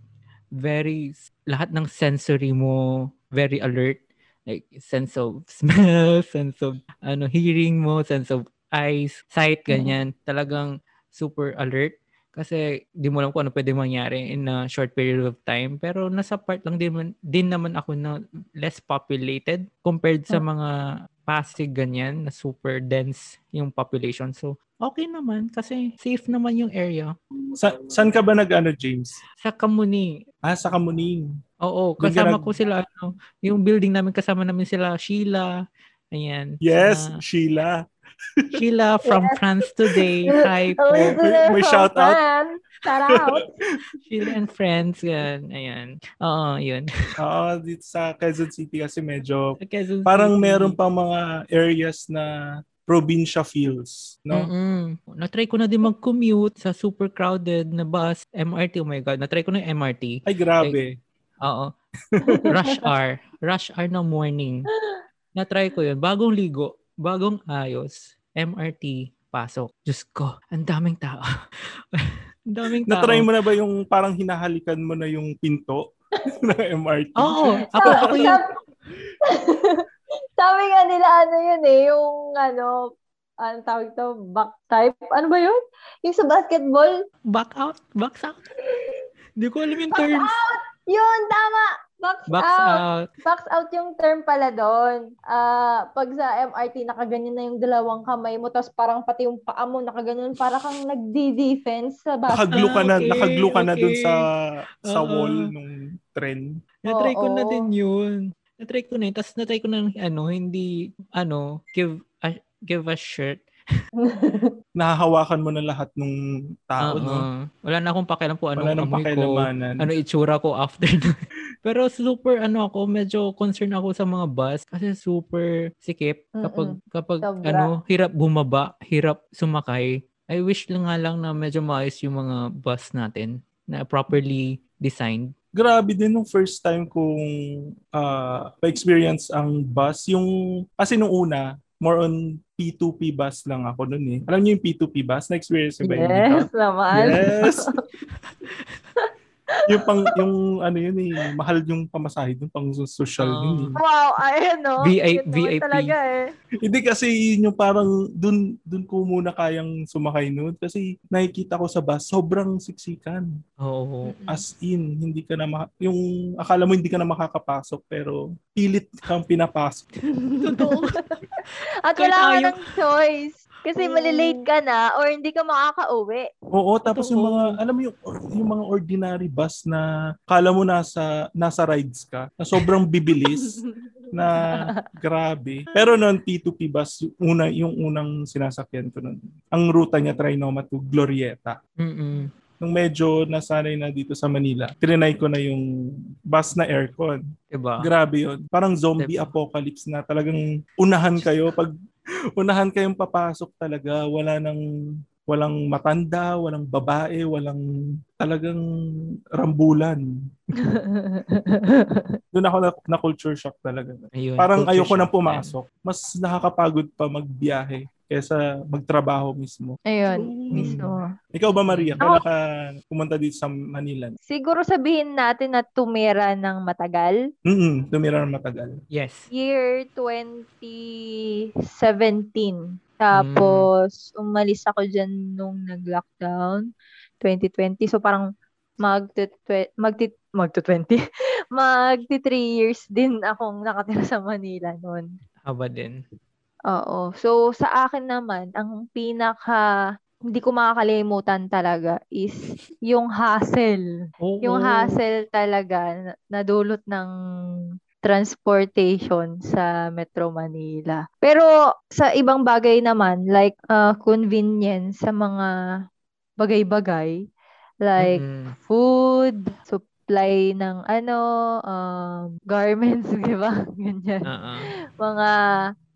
Speaker 3: Very, lahat ng sensory mo, very alert. Like, sense of smell, sense of, ano, hearing mo, sense of eyes, sight, ganyan. Talagang super alert. Kasi di mo alam kung ano pwede mangyari in a short period of time. Pero nasa part lang din, man- din naman ako na less populated compared sa mga Pasig ganyan na super dense yung population. So, okay naman kasi safe naman yung area.
Speaker 2: sa, saan ka ba nag-ano, James?
Speaker 3: Sa Kamuni,
Speaker 2: Ah, sa Kamuning.
Speaker 3: oo,
Speaker 2: Doon ka
Speaker 3: kasama
Speaker 2: nag-
Speaker 3: ko sila, ano, yung building namin kasama namin sila, Sheila, ayan.
Speaker 2: Yes,
Speaker 3: sila-
Speaker 2: Sheila.
Speaker 3: Sheila from France today. Hi
Speaker 1: Oh,
Speaker 3: po.
Speaker 1: this is
Speaker 2: May- may
Speaker 1: so
Speaker 2: shout out?
Speaker 1: fun. Shout out.
Speaker 3: Sheila and friends. Yan. Ayan. Oo, yun.
Speaker 2: Oo, dito sa Quezon City kasi medyo
Speaker 3: Sa Quezon
Speaker 2: parang
Speaker 3: City.
Speaker 2: meron pa mga areas na probinsya feels, no?
Speaker 3: Mm-mm. Na-try ko na din mag-commute sa super crowded na bus. MRT, oh my God. Na-try ko na yung MRT.
Speaker 2: Ay, grabe.
Speaker 3: Oo. Rush hour. Rush hour ng morning. Na-try ko yun. Bagong ligo. Bagong ayos. MRT. Pasok. Diyos ko. Ang daming tao. ang daming tao.
Speaker 2: Na-try mo na ba yung parang hinahalikan mo na yung pinto ng MRT?
Speaker 3: Oo. Ako,
Speaker 1: Sabi-
Speaker 3: ako yung...
Speaker 1: sabi- Sabi nga nila, ano yun eh, yung ano, ang tawag to, back type. Ano ba yun? Yung sa basketball?
Speaker 3: Back out. Back out. Hindi ko alam yung
Speaker 1: Box
Speaker 3: terms.
Speaker 1: out! Yun, tama! Box,
Speaker 3: Box
Speaker 1: out.
Speaker 3: out.
Speaker 1: Box out yung term pala doon. Ah, pag sa MRT, nakaganyan na yung dalawang kamay mo, tapos parang pati yung paa mo, nakaganyan, para kang nagdi-defense sa basketball.
Speaker 2: Nakaglu ka na,
Speaker 3: Ah, okay,
Speaker 2: nakaglu ka na dun sa sa
Speaker 3: Oo.
Speaker 2: wall nung tren.
Speaker 3: Na-try ko na
Speaker 1: Oo.
Speaker 3: din yun. Na-try ko na yun. Tapos na-try ko na ano, hindi, ano, give a, give a shirt.
Speaker 2: Nahahawakan mo na lahat ng tao, no?
Speaker 3: Oo. Wala na akong pakialam po ano
Speaker 2: Ah, Wala nang
Speaker 3: amoy ko.
Speaker 2: pakialamanan.
Speaker 3: ano itsura ko after nun. Pero super ano ako, medyo concern ako sa mga bus kasi super sikip kapag kapag
Speaker 1: Sobra.
Speaker 3: ano, hirap bumaba, hirap sumakay. I wish lang nga lang na medyo maayos yung mga bus natin na properly designed.
Speaker 2: Grabe din nung first time kong ah, pa-experience ang bus. Yung, kasi nung una, more on P2P bus lang ako nun eh. Alam niyo yung P2P bus? Na-experience niyo ba yun? Mika?
Speaker 1: Yes, naman.
Speaker 2: Yes. yung pang yung ano yun eh, mahal yung pamasahe dun pang social
Speaker 3: Oo.
Speaker 2: yun. eh.
Speaker 1: Wow, ayun no.
Speaker 3: VI-
Speaker 1: Cute naman
Speaker 3: VIP.
Speaker 1: talaga eh.
Speaker 2: Hindi kasi yun yung parang dun dun ko muna kayang sumakay noon kasi nakikita ko sa bus sobrang siksikan.
Speaker 3: Oo.
Speaker 2: As in, hindi ka na maka- yung akala mo hindi ka na makakapasok pero pilit kang pinapasok.
Speaker 3: Totoo.
Speaker 1: At
Speaker 3: Kahit
Speaker 1: wala ka
Speaker 3: ayaw.
Speaker 1: ng choice. Kasi
Speaker 3: Oo.
Speaker 1: malilate ka na or hindi ka makakauwi.
Speaker 2: Oo, tapos yung mga alam mo yung, yung mga ordinary bus na akala mo nasa nasa rides ka na sobrang bibilis. na grabe. Pero noon, P2P bus, una, yung unang sinasakyan ko noon. Ang ruta niya, Trinoma to Glorieta.
Speaker 3: Mm-mm.
Speaker 2: Nung medyo nasanay na dito sa Manila, trinay ko na yung bus na aircon.
Speaker 3: Diba?
Speaker 2: Grabe yun. Parang zombie
Speaker 3: Diba?
Speaker 2: apocalypse na talagang unahan kayo. Pag unahan kayong papasok talaga, wala nang walang matanda, walang babae, walang talagang rambulan. Doon ako na, na culture shock talaga.
Speaker 3: Ayun,
Speaker 2: Parang
Speaker 3: culture
Speaker 2: ayoko nang
Speaker 3: shock
Speaker 2: pumasok. Mas nakakapagod pa magbiyahe kesa magtrabaho mismo.
Speaker 1: Ayun,
Speaker 2: Mm.
Speaker 1: mismo.
Speaker 2: Ikaw ba, Maria?
Speaker 1: Ako-
Speaker 2: Kailan ka pumunta dito sa Manila?
Speaker 1: Siguro sabihin natin na tumira ng matagal.
Speaker 2: Mm-mm, tumira ng matagal.
Speaker 3: yan. Yes.
Speaker 1: Year 2017. Tapos, umalis ako dyan nung nag-lockdown. 2020. So, parang magti magti magti 20 magti 3 years din akong nakatira sa Manila noon.
Speaker 3: Haba din.
Speaker 1: Oo. So, sa akin naman, ang pinaka hindi ko makakalimutan talaga is yung hassle.
Speaker 3: Oo.
Speaker 1: Yung hassle talaga na- nadulot ng transportation sa Metro Manila. Pero sa ibang bagay naman, like uh, convenience sa mga bagay-bagay, like
Speaker 3: Mm-mm.
Speaker 1: food, supply ng ano, um, garments, di ba? Ganyan
Speaker 3: Oo.
Speaker 1: mga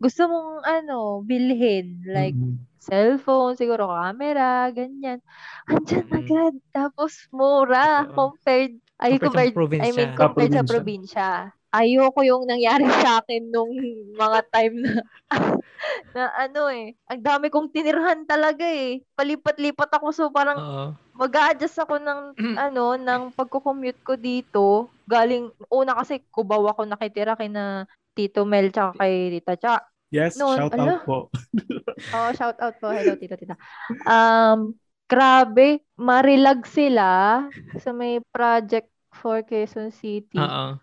Speaker 1: gusto mong ano, bilhin. Like,
Speaker 3: Mm.
Speaker 2: Mm-mm.
Speaker 1: cellphone, siguro camera, ganyan. Andyan
Speaker 3: Mm-mm.
Speaker 1: agad. Tapos, mura
Speaker 3: Mm. Totoo.
Speaker 1: compared, ay,
Speaker 3: Compared sa
Speaker 1: compared,
Speaker 3: probinsya.
Speaker 1: I mean, compared
Speaker 3: Sa
Speaker 1: sa
Speaker 2: probinsya.
Speaker 1: probinsya. Ayoko yung nangyari sa akin nung mga time na na ano eh. Ang dami kong tinirhan talaga eh. Palipat-lipat ako so parang
Speaker 3: Oo.
Speaker 1: mag-a-adjust ako ng
Speaker 3: Mm.
Speaker 1: ano ng pagko-commute ko dito galing una kasi kubaw ako nakitira kay na Tito Mel tsaka kay Tita Cha.
Speaker 2: Yes,
Speaker 1: Noon,
Speaker 2: shout
Speaker 1: ala.
Speaker 2: out po.
Speaker 1: Oh, shout out po hello Tito Tita. Um grabe, marilag sila sa may project for Quezon City
Speaker 3: Oo.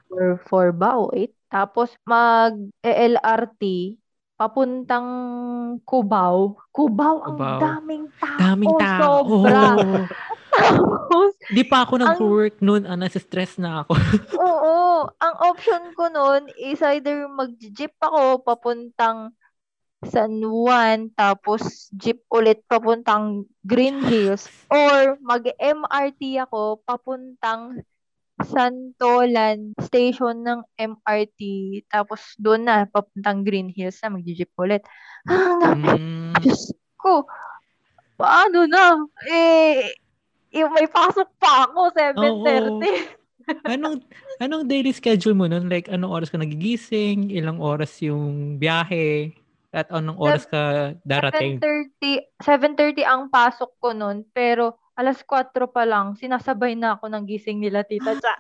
Speaker 1: for 4 ba o 8. Tapos mag LRT papuntang Cubao. Cubao, ang
Speaker 3: Cubao.
Speaker 1: daming tao.
Speaker 3: Daming tao.
Speaker 1: Oh, Sobra. Tapos,
Speaker 3: Di pa ako
Speaker 1: Ang-
Speaker 3: nag-work noon. Ah, nasa stress na ako.
Speaker 1: Oo. Ang option ko noon is either mag-jeep ako papuntang San Juan, tapos jeep ulit papuntang Green Hills. Or mag-MRT ako papuntang Santolan station ng MRT. Tapos doon na, papuntang Green Hills na, mag-jeep ulit. Ah, ang dami.
Speaker 3: Mm.
Speaker 1: Diyos ko, paano na? Eh, eh, may pasok pa ako, 7.30.
Speaker 3: Anong anong daily schedule mo nun? Like anong oras ka nagigising? Ilang oras yung biyahe? At anong oras ka darating?
Speaker 1: 7.30, 7.30 ang pasok ko nun, pero alas 4 pa lang, sinasabay na ako ng gising nila, Tita Cha.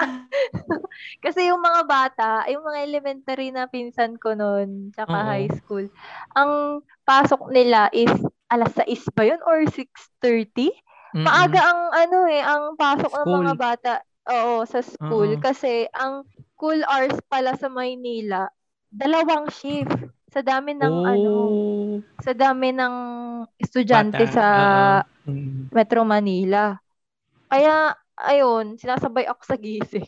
Speaker 1: Kasi yung mga bata, yung mga elementary na pinsan ko nun, tsaka
Speaker 3: Oo.
Speaker 1: high school, ang pasok nila is alas 6 ba yun or 6.30?
Speaker 3: Mm-mm.
Speaker 1: Maaga ang ano eh, ang pasok ng mga
Speaker 3: School.
Speaker 1: bata. Oo, sa school
Speaker 3: Oo.
Speaker 1: kasi ang school hours pala sa Maynila, dalawang shift. Sa dami ng ano,
Speaker 3: Oh,
Speaker 1: sa dami ng estudyante
Speaker 3: bata.
Speaker 1: sa
Speaker 2: Mm.
Speaker 1: Metro Manila. Kaya ayun, sinasabay ako sa gising.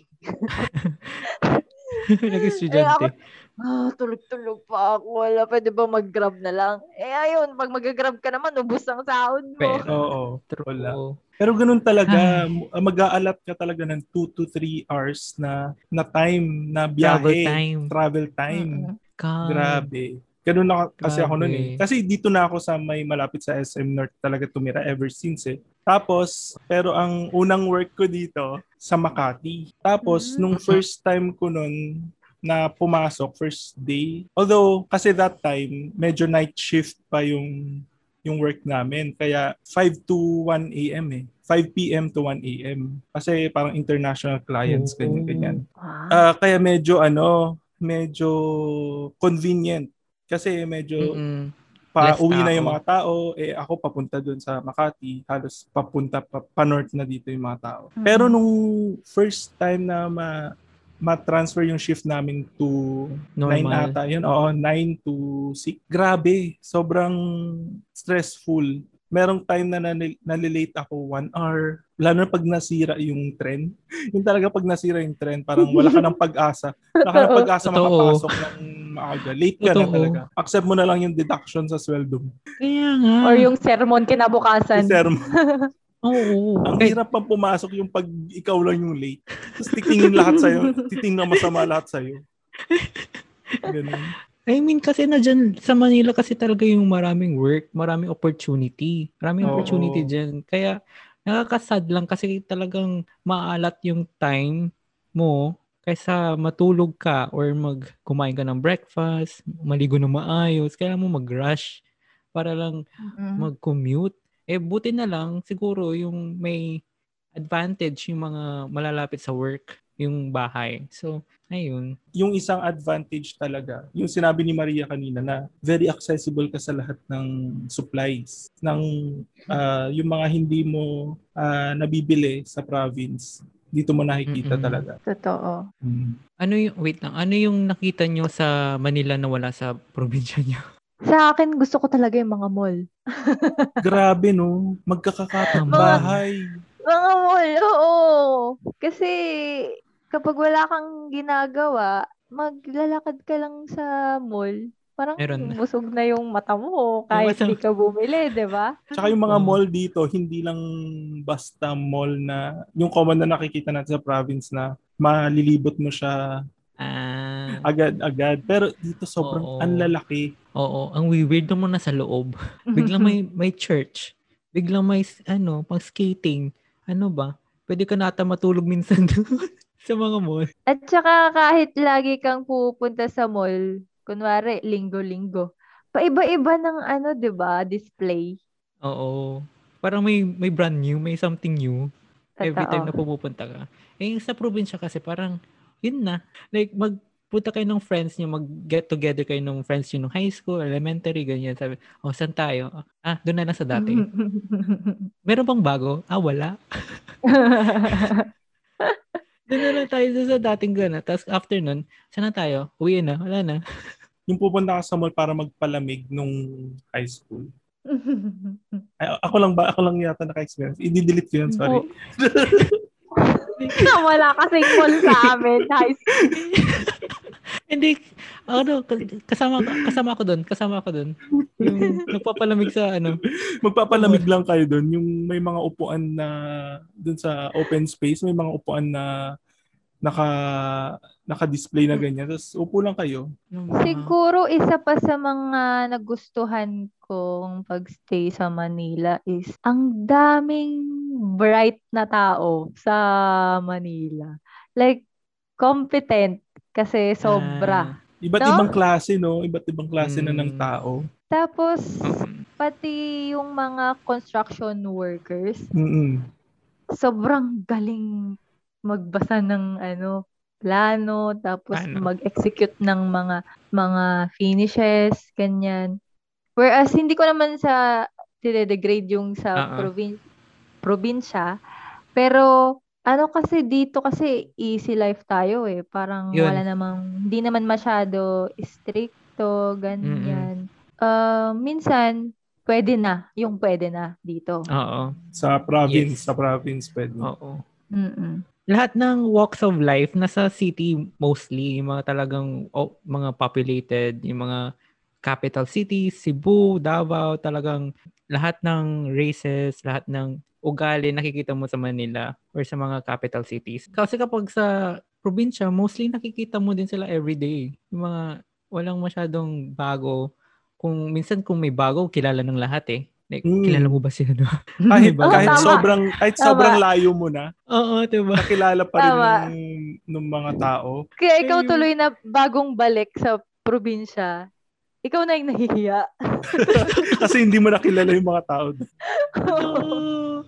Speaker 3: Oo. Nag-estudyante.
Speaker 1: Eh, Ah, tulog-tulog pa ako. Wala, pwede ba mag-grab na lang? Eh, ayun, pag mag-grab ka naman, ubus ang sahod mo.
Speaker 3: Pero-
Speaker 2: Oo. Wala.
Speaker 3: Oo.
Speaker 2: Pero ganun
Speaker 3: Ah.
Speaker 2: talaga, mag-aalat ka talaga ng 2 to 3 hours na na time na biyahe.
Speaker 3: Travel time.
Speaker 2: Travel time.
Speaker 1: Mm-mm.
Speaker 3: Ka-
Speaker 2: Grabe. Ganun ako kasi ako noon eh.
Speaker 3: Ah. Grabe.
Speaker 2: Kasi dito na ako sa may malapit sa SM North talaga tumira ever since eh. Tapos, pero ang unang work ko dito sa Makati. Tapos,
Speaker 1: Mm.
Speaker 2: nung first time ko noon na pumasok, first day. Although, kasi that time, medyo night shift pa yung yung work namin. Kaya 5 to 1 a.m. eh. 5 p.m. to 1 a.m. Kasi parang international clients,
Speaker 3: Oo.
Speaker 2: ganyan-ganyan.
Speaker 1: Ah.
Speaker 2: Ah, kaya medyo ano, medyo convenient kasi medyo
Speaker 3: Mm-mm.
Speaker 2: pa
Speaker 3: less
Speaker 2: uwi na
Speaker 3: tao.
Speaker 2: yung mga tao eh ako papunta doon sa Makati halos papunta pa, pa north na dito yung mga tao
Speaker 1: Mm.
Speaker 2: pero nung first time na ma ma-transfer yung shift namin to 9
Speaker 3: Normal.
Speaker 2: ata yun oo 9 to 6 grabe sobrang stressful merong time na nali- nalilate ako one hour lalo na pag nasira yung trend yung talaga pag nasira yung trend parang wala ka ng pag-asa wala ka ng
Speaker 1: Totoo.
Speaker 2: pag-asa
Speaker 3: Totoo.
Speaker 2: makapasok ng maaga late ka na
Speaker 3: Totoo.
Speaker 2: talaga accept mo na lang yung deduction sa sweldo mo
Speaker 3: Kaya nga.
Speaker 1: Or yung sermon
Speaker 2: Yung
Speaker 1: kinabukasan.
Speaker 2: sermon.
Speaker 3: Oo.
Speaker 2: ang
Speaker 3: Kahit-
Speaker 2: hirap pang pumasok yung pag ikaw lang yung late tapos titingin lahat sa'yo titingnan masama lahat sa'yo ganun
Speaker 3: I mean, kasi na dyan, sa Manila kasi talaga yung maraming work, maraming opportunity. Maraming
Speaker 2: Oo.
Speaker 3: opportunity dyan. Kaya, nakakasad lang kasi talagang maalat yung time mo kaysa matulog ka or mag kumain ka ng breakfast, maligo na maayos, kailangan mo mag-rush para lang
Speaker 1: Mm.
Speaker 3: mag-commute. Eh, buti na lang, siguro yung may advantage yung mga malalapit sa work, yung bahay. So, ayun.
Speaker 2: yung isang advantage talaga, yung sinabi ni Maria kanina na very accessible ka sa lahat ng supplies, ng ah, yung mga hindi mo ah, nabibili sa province, dito mo nakikita
Speaker 3: Mm-mm.
Speaker 2: talaga. Mm.
Speaker 1: Totoo.
Speaker 3: Ano yung, wait lang, ano yung nakita nyo sa Manila na wala sa probinsya nyo?
Speaker 1: Sa akin, gusto ko talaga yung mga mall.
Speaker 2: Grabe no, magkakakabahay.
Speaker 1: Mga mall, oo. Kasi kapag wala kang ginagawa, maglalakad ka lang sa mall. Parang
Speaker 3: Meron.
Speaker 1: busog na yung mata mo kahit
Speaker 3: mata mo.
Speaker 1: di ka bumili, di ba?
Speaker 2: Tsaka yung mga
Speaker 3: Oo.
Speaker 2: mall dito, hindi lang basta mall na, yung common na nakikita natin sa province na malilibot mo siya
Speaker 3: Ah,
Speaker 2: agad-agad. Pero dito
Speaker 3: Oo.
Speaker 2: sobrang ang lalaki.
Speaker 3: oo. Ang weird naman na sa loob. Biglang may, may church. Biglang may, ano, pang skating. Ano ba? Pwede ka nata matulog minsan doon sa mga mall.
Speaker 1: At saka kahit lagi kang pupunta sa mall, kunwari linggo-linggo, paiba-iba ng ano, di ba, display.
Speaker 3: Oo. Parang may, may brand new, may something new. every time na
Speaker 1: Totoo.
Speaker 3: pumupunta ka. Eh, yung sa probinsya kasi parang, yun na. Like, magpunta kayo ng friends niyo, mag-get together kayo ng friends niyo nung high school, elementary, ganyan. Sabi, oh, saan tayo? Ah, doon na lang sa dati.
Speaker 1: Mm-hmm.
Speaker 3: Meron bang bago? Ah, wala. Doon na lang tayo sa sa dating gana. Tapos after nun, saan na tayo? Uwi na, wala na.
Speaker 2: yung pupunta ka sa mall para magpalamig nung high school. Ay, ako lang ba? Ako lang yata naka-experience. I-delete ko yun, sorry.
Speaker 1: Wala kasing mall sa amin. High school.
Speaker 3: Hindi, ano, kasama, kasama ko doon, kasama ko doon. Yung nagpapalamig sa, ano,
Speaker 2: Magpapalamig lang kayo doon. Yung may mga upuan na doon sa open space, may mga upuan na naka naka-display na ganyan. Tapos upo lang kayo.
Speaker 3: yung mga-
Speaker 1: Siguro isa pa sa mga nagustuhan kong pagstay sa Manila is ang daming bright na tao sa Manila. Like, competent kasi sobra.
Speaker 3: Ah,
Speaker 2: Iba't
Speaker 1: No?
Speaker 2: ibang klase, no? Iba't ibang klase na ng
Speaker 3: Mm.
Speaker 2: tao.
Speaker 1: Tapos,
Speaker 3: mm,
Speaker 1: pati yung mga construction workers,
Speaker 2: Mm-mm.
Speaker 1: sobrang galing magbasa ng ano plano tapos
Speaker 3: Plano.
Speaker 1: mag-execute ng mga mga finishes ganyan whereas hindi ko naman sa dinedegrade yung sa
Speaker 3: Ah, ah.
Speaker 1: provin- probinsya pero ano kasi dito kasi easy life tayo eh parang
Speaker 3: Yun.
Speaker 1: wala namang hindi naman masyado stricto ganyan Ah, minsan pwede na yung pwede na dito
Speaker 3: Ah, Oo,
Speaker 2: Sa province,
Speaker 3: Yes.
Speaker 2: sa province pwede.
Speaker 3: oo.
Speaker 1: mm
Speaker 3: Lahat ng walks of life nasa city mostly, yung mga talagang oh, mga populated, yung mga capital cities, Cebu, Davao, talagang lahat ng races, lahat ng ugali nakikita mo sa Manila or sa mga capital cities. Kasi kapag sa probinsya, mostly nakikita mo din sila everyday. Yung mga walang masyadong bago. Kung minsan kung may bago, kilala ng lahat eh. Like,
Speaker 2: Mm.
Speaker 3: Kilala mo ba sila? No?
Speaker 2: Kahit,
Speaker 3: Diba?
Speaker 2: kahit
Speaker 1: Oh, tama.
Speaker 2: sobrang kahit
Speaker 1: Tama.
Speaker 2: sobrang layo mo na,
Speaker 3: Oo, diba?
Speaker 2: nakilala pa rin
Speaker 1: Tama.
Speaker 2: ng, ng mga tao.
Speaker 1: Kaya ikaw
Speaker 3: Ayun.
Speaker 1: tuloy na bagong balik sa probinsya, ikaw na yung nahihiya.
Speaker 2: Kasi hindi mo nakilala yung mga tao.
Speaker 3: Oo.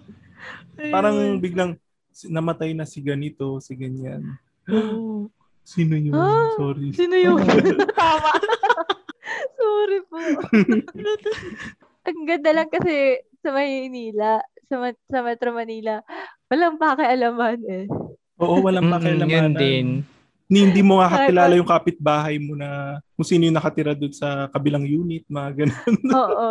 Speaker 2: Parang
Speaker 3: Ayun.
Speaker 2: biglang si- namatay na si ganito, si ganyan.
Speaker 3: Oo.
Speaker 2: Sino yun?
Speaker 1: Ah!
Speaker 2: Sorry.
Speaker 1: Sino yung tama? Sorry po. Ang ganda lang kasi sa Maynila, sa, Ma- sa Metro Manila, walang pakialaman eh.
Speaker 2: Oo, walang
Speaker 3: Mm,
Speaker 2: pakialaman.
Speaker 3: Yun din.
Speaker 2: Ni, hindi mo makakilala
Speaker 1: Kahit-
Speaker 2: yung kapitbahay mo na kung sino yung nakatira doon sa kabilang unit, mga ganun.
Speaker 1: Oo.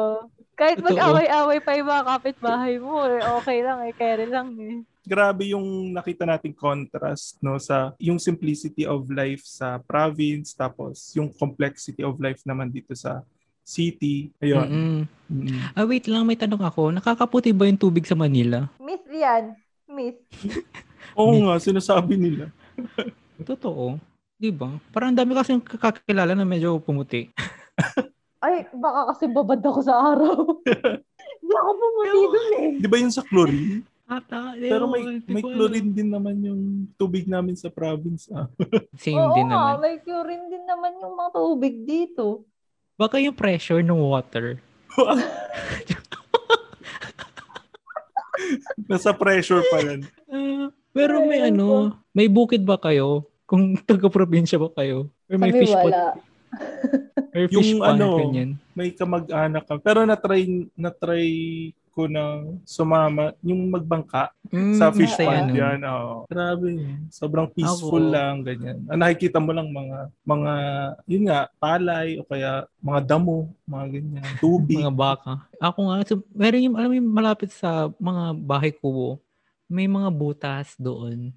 Speaker 1: Kahit
Speaker 3: Totoo.
Speaker 1: mag-away-away pa yung mga kapitbahay mo, eh, okay lang eh, kere lang eh.
Speaker 2: Grabe yung nakita nating contrast no sa yung simplicity of life sa province tapos yung complexity of life naman dito sa city. Ayun.
Speaker 3: Mm-mm.
Speaker 2: Mm.
Speaker 3: Ah, wait lang. May tanong ako. Nakakaputi ba yung tubig sa Manila?
Speaker 1: Miss yan. Miss.
Speaker 2: Oo nga, sinasabi nila.
Speaker 3: Totoo. Di ba? Parang ang dami kasi yung kakakilala na medyo pumuti.
Speaker 1: Ay, baka kasi babad ako sa araw. Hindi ako pumuti dun eh.
Speaker 2: 'Di ba yun sa chlorine?
Speaker 3: Ata, eh, oh,
Speaker 2: Pero may may chlorine din naman yung tubig namin sa province. Ah.
Speaker 3: Same din
Speaker 1: nga,
Speaker 3: naman.
Speaker 1: may curin din naman yung mga tubig dito.
Speaker 3: Baka yung pressure ng water.
Speaker 2: Nasa pressure pa rin.
Speaker 3: Ah, pero may
Speaker 1: Ayun
Speaker 3: ano, may bukid ba kayo? Kung taga-probinsya ba kayo? Or may
Speaker 1: Kami
Speaker 3: fish pond?
Speaker 1: wala.
Speaker 3: Or fish
Speaker 2: Yung
Speaker 3: pond,
Speaker 2: ano,
Speaker 3: ganyan.
Speaker 2: may kamag-anak ka. Pero na-try, na-try ko na sumama yung magbangka sa
Speaker 3: Mm,
Speaker 2: fish
Speaker 3: masaya
Speaker 2: pond
Speaker 3: nun.
Speaker 2: yan. oo. Grabe. Sobrang peaceful
Speaker 3: Ako.
Speaker 2: lang ganyan. Ang nakikita mo lang mga mga yun nga palay o kaya mga damo, mga ganyan, tubig.
Speaker 3: mga baka. Ako nga, so, meron yung, alam mo yung malapit sa mga bahay kubo, may mga butas doon.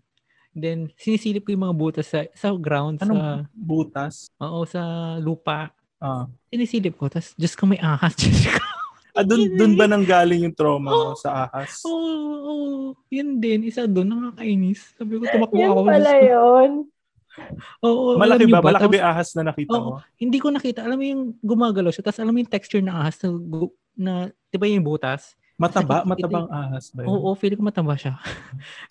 Speaker 3: Then, sinisilip ko yung mga butas sa, sa ground, sa,
Speaker 2: Anong butas?
Speaker 3: oo, sa lupa.
Speaker 2: Ah,
Speaker 3: Sinisilip ko, tapos, just ko may ahas. Diyos ko.
Speaker 2: ah dun, dun ba nang galing yung trauma mo
Speaker 3: Oh.
Speaker 2: sa ahas?
Speaker 3: Oo, oh, yun din. Isa doon, nakakainis. Sabi ko, tumakbo
Speaker 1: Yan
Speaker 3: ako.
Speaker 1: pala
Speaker 3: Diyos ko.
Speaker 1: yun.
Speaker 3: Oo, alam
Speaker 2: Malaki
Speaker 3: niyo
Speaker 2: ba? Malaki ba
Speaker 3: Tapos,
Speaker 2: yung ahas na nakita
Speaker 3: Oo.
Speaker 2: mo?
Speaker 3: Hindi ko nakita. Alam mo yung gumagalaw siya, tapos alam mo yung texture na ahas na, gu- na di ba yung butas?
Speaker 2: Mataba?
Speaker 3: Ito-
Speaker 2: Matabang ahas ba yun?
Speaker 3: Oo, feeling ko matamba siya.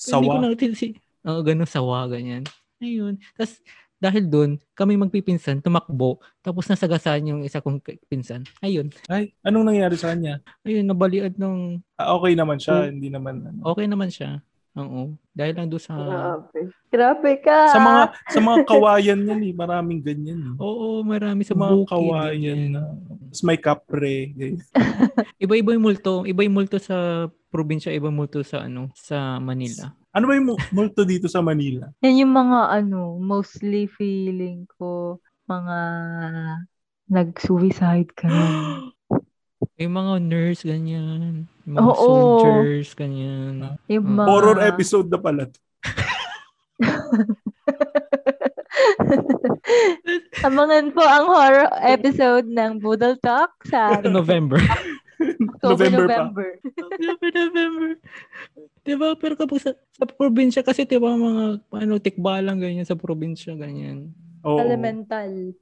Speaker 3: Hindi ko
Speaker 2: Sawa?
Speaker 3: na si Oo, ganun sawa, ganyan. Ayun. Tapos, dahil doon, kami magpipinsan, tumakbo, tapos nasagasaan yung isa kong k- pinsan. Ayun.
Speaker 2: Ay, anong nangyari sa kanya?
Speaker 3: Ayun, nabaliad ng,
Speaker 2: Ah, okay naman siya,
Speaker 3: Oh.
Speaker 2: hindi naman ano.
Speaker 3: okay naman siya. Oo. Dahil lang doon sa,
Speaker 1: Grabe. Grabe ka.
Speaker 2: Sa mga sa mga kawayan niyan eh, maraming ganyan. Eh.
Speaker 3: oo, marami
Speaker 2: Sa
Speaker 3: sa
Speaker 2: mga
Speaker 3: bukid.
Speaker 2: kawayan na.
Speaker 3: ganyan.
Speaker 2: Tapos may kapre. ganyan.
Speaker 3: Iba-iba yung multo. Iba yung multo sa probinsya, iba yung multo sa ano, sa Manila.
Speaker 2: Ano ba yung mu- multo dito sa Manila?
Speaker 1: Yan yung mga ano, mostly feeling ko, mga nag-suicide ka na.
Speaker 3: Yung mga nurse, ganyan. Yung mga
Speaker 1: Oo.
Speaker 3: soldiers, ganyan.
Speaker 1: Yung
Speaker 3: Mm.
Speaker 1: mga...
Speaker 2: Horror episode na pala. to.
Speaker 1: Abangan po ang horror episode ng Boodle Talk sa
Speaker 3: November.
Speaker 1: October,
Speaker 2: November pa.
Speaker 1: November.
Speaker 3: November, November. Diba? Pero kapag sa, sa probinsya kasi, diba, mga ano, tikbalang ganyan sa probinsya, ganyan.
Speaker 2: Oo.
Speaker 1: Elemental.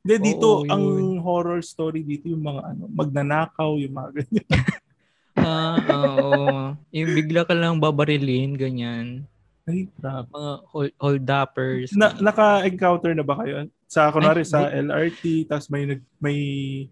Speaker 2: Hindi, dito,
Speaker 3: Oo,
Speaker 2: ang
Speaker 3: yun.
Speaker 2: horror story dito, yung mga ano, magnanakaw, yung mga ganyan.
Speaker 3: Ah, oo. Yung bigla ka lang babarilin, ganyan.
Speaker 2: Ay, grabe.
Speaker 3: Mga hold, hold-uppers.
Speaker 2: Na, naka-encounter na ba kayo? Sa, kunwari,
Speaker 3: Ay,
Speaker 2: sa LRT, tapos may, nag, may,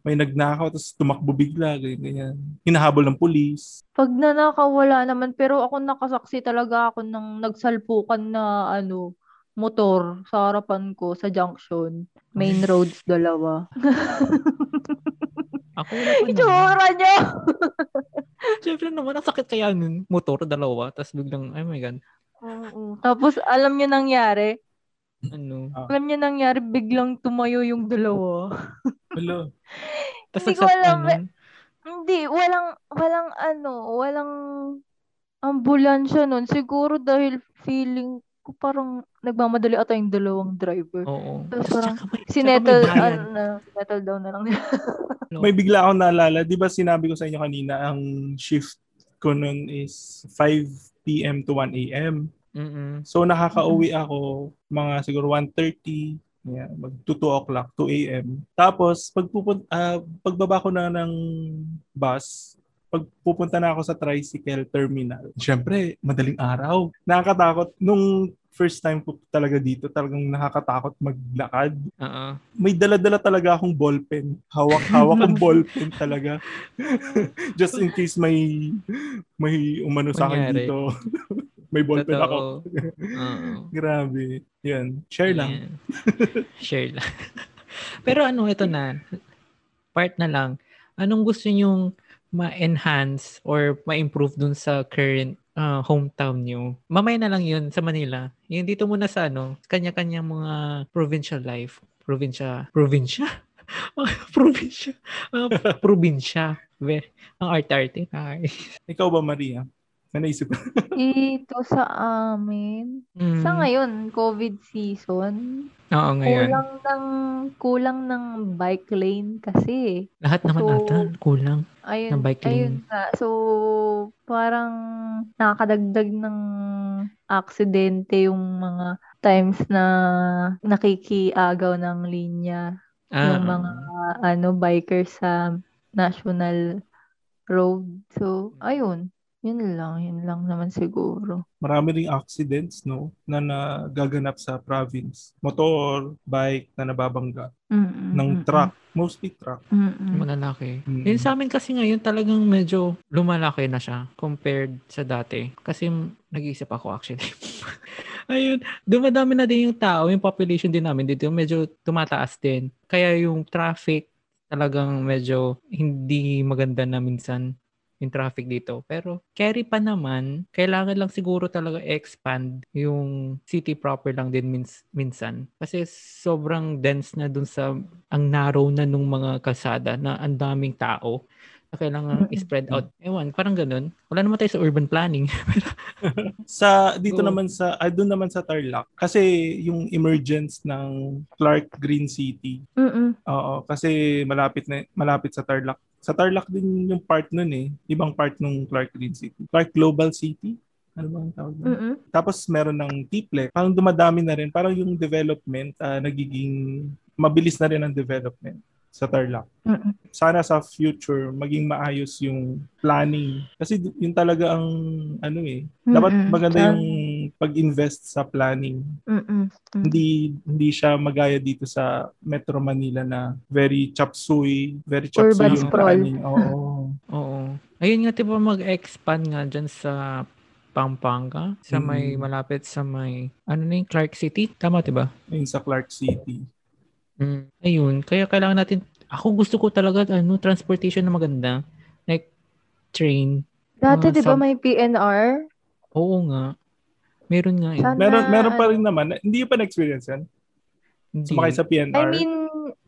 Speaker 2: may nagnakaw, tapos tumakbo bigla, ganyan, ganyan. Hinahabol ng pulis.
Speaker 1: Pag nanakaw, wala naman. Pero ako nakasaksi talaga ako ng nagsalpukan na ano, motor sa harapan ko sa junction. Main roads dalawa.
Speaker 3: Ako wala pa naman.
Speaker 1: Itsura niyo!
Speaker 3: Siyempre naman, ang sakit kaya nun. Motor, dalawa. Tapos biglang, oh my God.
Speaker 1: Oo. Tapos alam niyo nangyari?
Speaker 3: Ano?
Speaker 1: Alam niyo nangyari biglang tumayo yung dalawa.
Speaker 2: Hello.
Speaker 3: Tapos
Speaker 1: Hindi ko
Speaker 3: nagsas-
Speaker 1: alam, eh.
Speaker 3: ano,
Speaker 1: Hindi, walang walang ano, walang ambulansya nun. Siguro dahil feeling ko parang nagmamadali ata yung dalawang driver.
Speaker 3: Oo.
Speaker 1: Tapos
Speaker 3: Tapos
Speaker 1: parang
Speaker 3: tsaka may- tsaka may
Speaker 1: Sinettle,
Speaker 3: bayan.
Speaker 1: ano, na- sinettle down na lang nila.
Speaker 2: May bigla akong naalala. Di ba sinabi ko sa inyo kanina, ang shift ko nun is 5 p.m. to 1 a.m.
Speaker 3: Mm-mm.
Speaker 2: So, nakaka-uwi ako mga siguro 1.30, yeah, mag 2 o'clock, 2 a.m. Tapos, pagpupun- ah, pagbaba ko na ng bus, pagpupunta na ako sa tricycle terminal. Siyempre, madaling araw. Nakakatakot. Nung first time ko talaga dito, talagang nakakatakot maglakad.
Speaker 3: Oo.
Speaker 2: May dala-dala talaga akong ballpen. Hawak-hawak kong ballpen talaga. Just in case may may umano sa akin
Speaker 3: Kunyari.
Speaker 2: dito. may ballpen ako.
Speaker 3: Totoo. Ah, Oo.
Speaker 2: Grabe. Yan. Share lang.
Speaker 3: Ayan. Share lang. Pero ano, ito na. Part na lang. Anong gusto nyong ma-enhance or ma-improve dun sa current ah, hometown nyo? Mamaya na lang yun sa Manila. Yung dito muna sa ano, kanya-kanyang mga provincial life. Provincia. Provincia? Mga probinsya. Mga probinsya. Be, ang arte-arte. Ay.
Speaker 2: Ikaw ba, Maria? Ano naisip ko?
Speaker 1: Ito sa amin.
Speaker 3: Mm.
Speaker 1: Sa ngayon, COVID season,
Speaker 3: Oo, ngayon.
Speaker 1: kulang ng kulang ng bike lane kasi.
Speaker 3: Lahat naman
Speaker 1: So,
Speaker 3: ata. Kulang.
Speaker 1: Ayun,
Speaker 3: Ng bike
Speaker 1: ayun
Speaker 3: lane.
Speaker 1: nga. So, parang nakakadagdag ng aksidente yung mga times na nakikiagaw ng linya
Speaker 3: Ah,
Speaker 1: yung mga ano bikers sa national road. So, ayun. Yun lang, yun lang naman siguro.
Speaker 2: Marami ring accidents, no? Na nagaganap sa province. Motor, bike na nababangga.
Speaker 1: Mm-mm,
Speaker 2: Ng
Speaker 1: mm-mm,
Speaker 2: truck. Mostly truck.
Speaker 1: mm-mm.
Speaker 3: Malalaki.
Speaker 2: Mm.
Speaker 3: Yun sa amin kasi ngayon talagang medyo lumalaki na siya compared sa dati. Kasi mm, nag-iisip ako actually. Ayun, dumadami na din yung tao, yung population din namin dito, medyo tumataas din. Kaya yung traffic talagang medyo hindi maganda na minsan yung traffic dito. Pero carry pa naman, kailangan lang siguro talaga expand yung city proper lang din mins- minsan. Kasi sobrang dense na dun sa ang narrow na nung mga kalsada na ang daming tao na kailangan
Speaker 1: Mm-mm.
Speaker 3: i-spread out. Ewan, parang ganun. Wala naman tayo sa urban planning.
Speaker 2: Sa dito
Speaker 3: Oo.
Speaker 2: naman sa ah, doon naman sa Tarlac kasi yung emergence ng Clark Green City.
Speaker 1: Mm-mm.
Speaker 2: Oo, kasi malapit na malapit sa Tarlac. Sa Tarlac din yung part nun eh, ibang part ng Clark Green City. Clark Global City. Ano ba ang tawag nun?
Speaker 1: Mm-mm.
Speaker 2: Tapos meron ng tiple. Parang dumadami na rin. Parang yung development ah, nagiging mabilis na rin ang development sa Tarlac.
Speaker 1: Mm-mm.
Speaker 2: Sana sa future maging maayos yung planning. Kasi d- yun talaga ang ano eh. Dapat
Speaker 1: Mm-mm.
Speaker 2: maganda
Speaker 1: Sa-
Speaker 2: yung pag-invest sa planning.
Speaker 1: Mm-mm. Mm-mm.
Speaker 2: Hindi hindi siya magaya dito sa Metro Manila na very chapsuy, very chapsuy
Speaker 1: Urban
Speaker 2: yung
Speaker 1: sprawl.
Speaker 2: planning. Oo.
Speaker 3: Oo. Ayun nga, tipo mag-expand nga dyan sa Pampanga, sa may
Speaker 2: Mm.
Speaker 3: malapit sa may, ano na yung Clark City? Tama, diba?
Speaker 2: Ayun sa Clark City.
Speaker 3: Mm. Ayun, kaya kailangan natin, ako gusto ko talaga, ano, transportation na maganda. Like, train.
Speaker 1: Dati,
Speaker 3: Mga
Speaker 1: di ba
Speaker 3: sub-
Speaker 1: may PNR?
Speaker 3: Oo nga. Meron nga eh.
Speaker 1: Sana,
Speaker 2: Meron meron pa
Speaker 1: ano,
Speaker 2: rin naman. Hindi pa na-experience yan.
Speaker 3: Hindi.
Speaker 2: Sumakay sa
Speaker 1: I
Speaker 2: PNR.
Speaker 1: mean,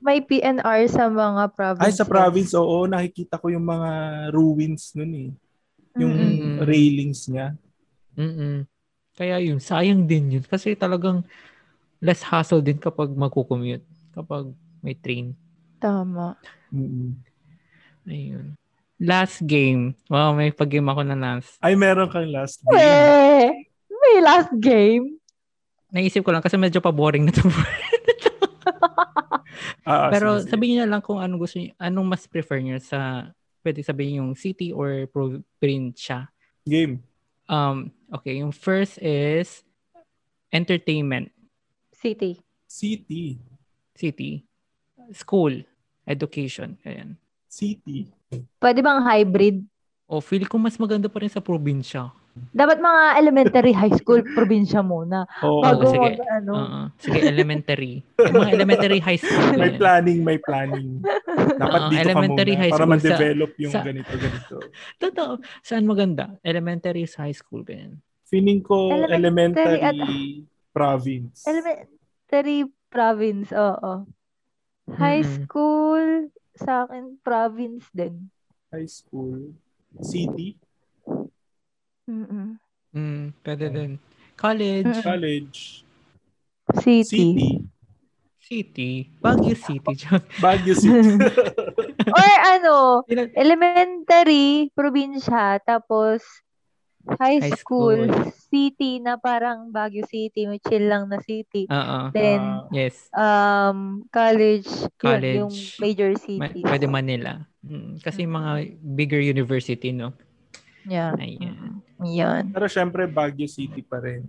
Speaker 1: may PNR sa mga provinces.
Speaker 2: Ay, sa province, oo. Nakikita ko yung mga ruins nun eh. Yung
Speaker 1: Mm-mm.
Speaker 3: Mm-mm.
Speaker 2: railings niya.
Speaker 3: Mm-mm. Kaya yun, sayang din yun. Kasi talagang less hassle din kapag magko-commute, kapag may train.
Speaker 1: Tama.
Speaker 2: Mm-mm.
Speaker 3: Ayun. Last game. Wow, may pag-game ako na last.
Speaker 2: Ay, meron kang last game.
Speaker 1: Weh! May last game.
Speaker 3: Naisip ko lang kasi medyo pa-boring na to.
Speaker 2: Ah, sige,
Speaker 3: Pero
Speaker 2: sige.
Speaker 3: sabihin niyo lang kung anong gusto niyo, anong mas prefer niyo sa pwede sabihin yung city or probinsya.
Speaker 2: Game.
Speaker 3: Um, okay, yung first is entertainment,
Speaker 1: City.
Speaker 2: City.
Speaker 3: city, school, education, ayan.
Speaker 2: City.
Speaker 1: Pwede bang hybrid?
Speaker 3: O feel ko mas maganda pa rin sa probinsya.
Speaker 1: Dapat mga elementary, high school, probinsya muna.
Speaker 2: Oo.
Speaker 1: Bago mag,
Speaker 3: sige.
Speaker 1: ano.
Speaker 3: Oo. Uh-uh. sige, elementary. Yung mga elementary high school.
Speaker 2: May
Speaker 3: ayan.
Speaker 2: planning, may planning. Dapat
Speaker 3: Oo,
Speaker 2: dito ka
Speaker 3: elementary,
Speaker 2: muna
Speaker 3: high
Speaker 2: para
Speaker 3: school,
Speaker 2: ma-develop yung
Speaker 3: sa-
Speaker 2: ganito-ganito.
Speaker 3: Totoo. Saan maganda? Elementary is high school. Ganyan.
Speaker 2: Feeling ko
Speaker 1: Elementary
Speaker 2: elementary,
Speaker 1: at-
Speaker 2: province.
Speaker 1: Elementary province, oo. High
Speaker 3: Mm-mm.
Speaker 1: school, sa akin, province din.
Speaker 2: high school. City.
Speaker 1: Mm-mm.
Speaker 3: Mm, pwede din. College.
Speaker 1: Mm-mm.
Speaker 2: College.
Speaker 1: City.
Speaker 2: City.
Speaker 3: City. Baguio City. Joke.
Speaker 2: Baguio City.
Speaker 1: Or ano,
Speaker 3: Ilan-
Speaker 1: elementary, probinsya, tapos high,
Speaker 3: High
Speaker 1: school, city na parang Baguio City, may chill lang na city.
Speaker 3: Oo.
Speaker 1: Then,
Speaker 2: Ah,
Speaker 3: Uh-uh. Yes.
Speaker 1: um, college,
Speaker 3: College.
Speaker 1: Yun, yung major
Speaker 3: Ma-
Speaker 1: cities.
Speaker 3: pwede Manila. Mm, kasi yung mga bigger university, no?
Speaker 1: Yeah.
Speaker 3: Ayan.
Speaker 1: Yan.
Speaker 2: pero syempre, Baguio City pa rin.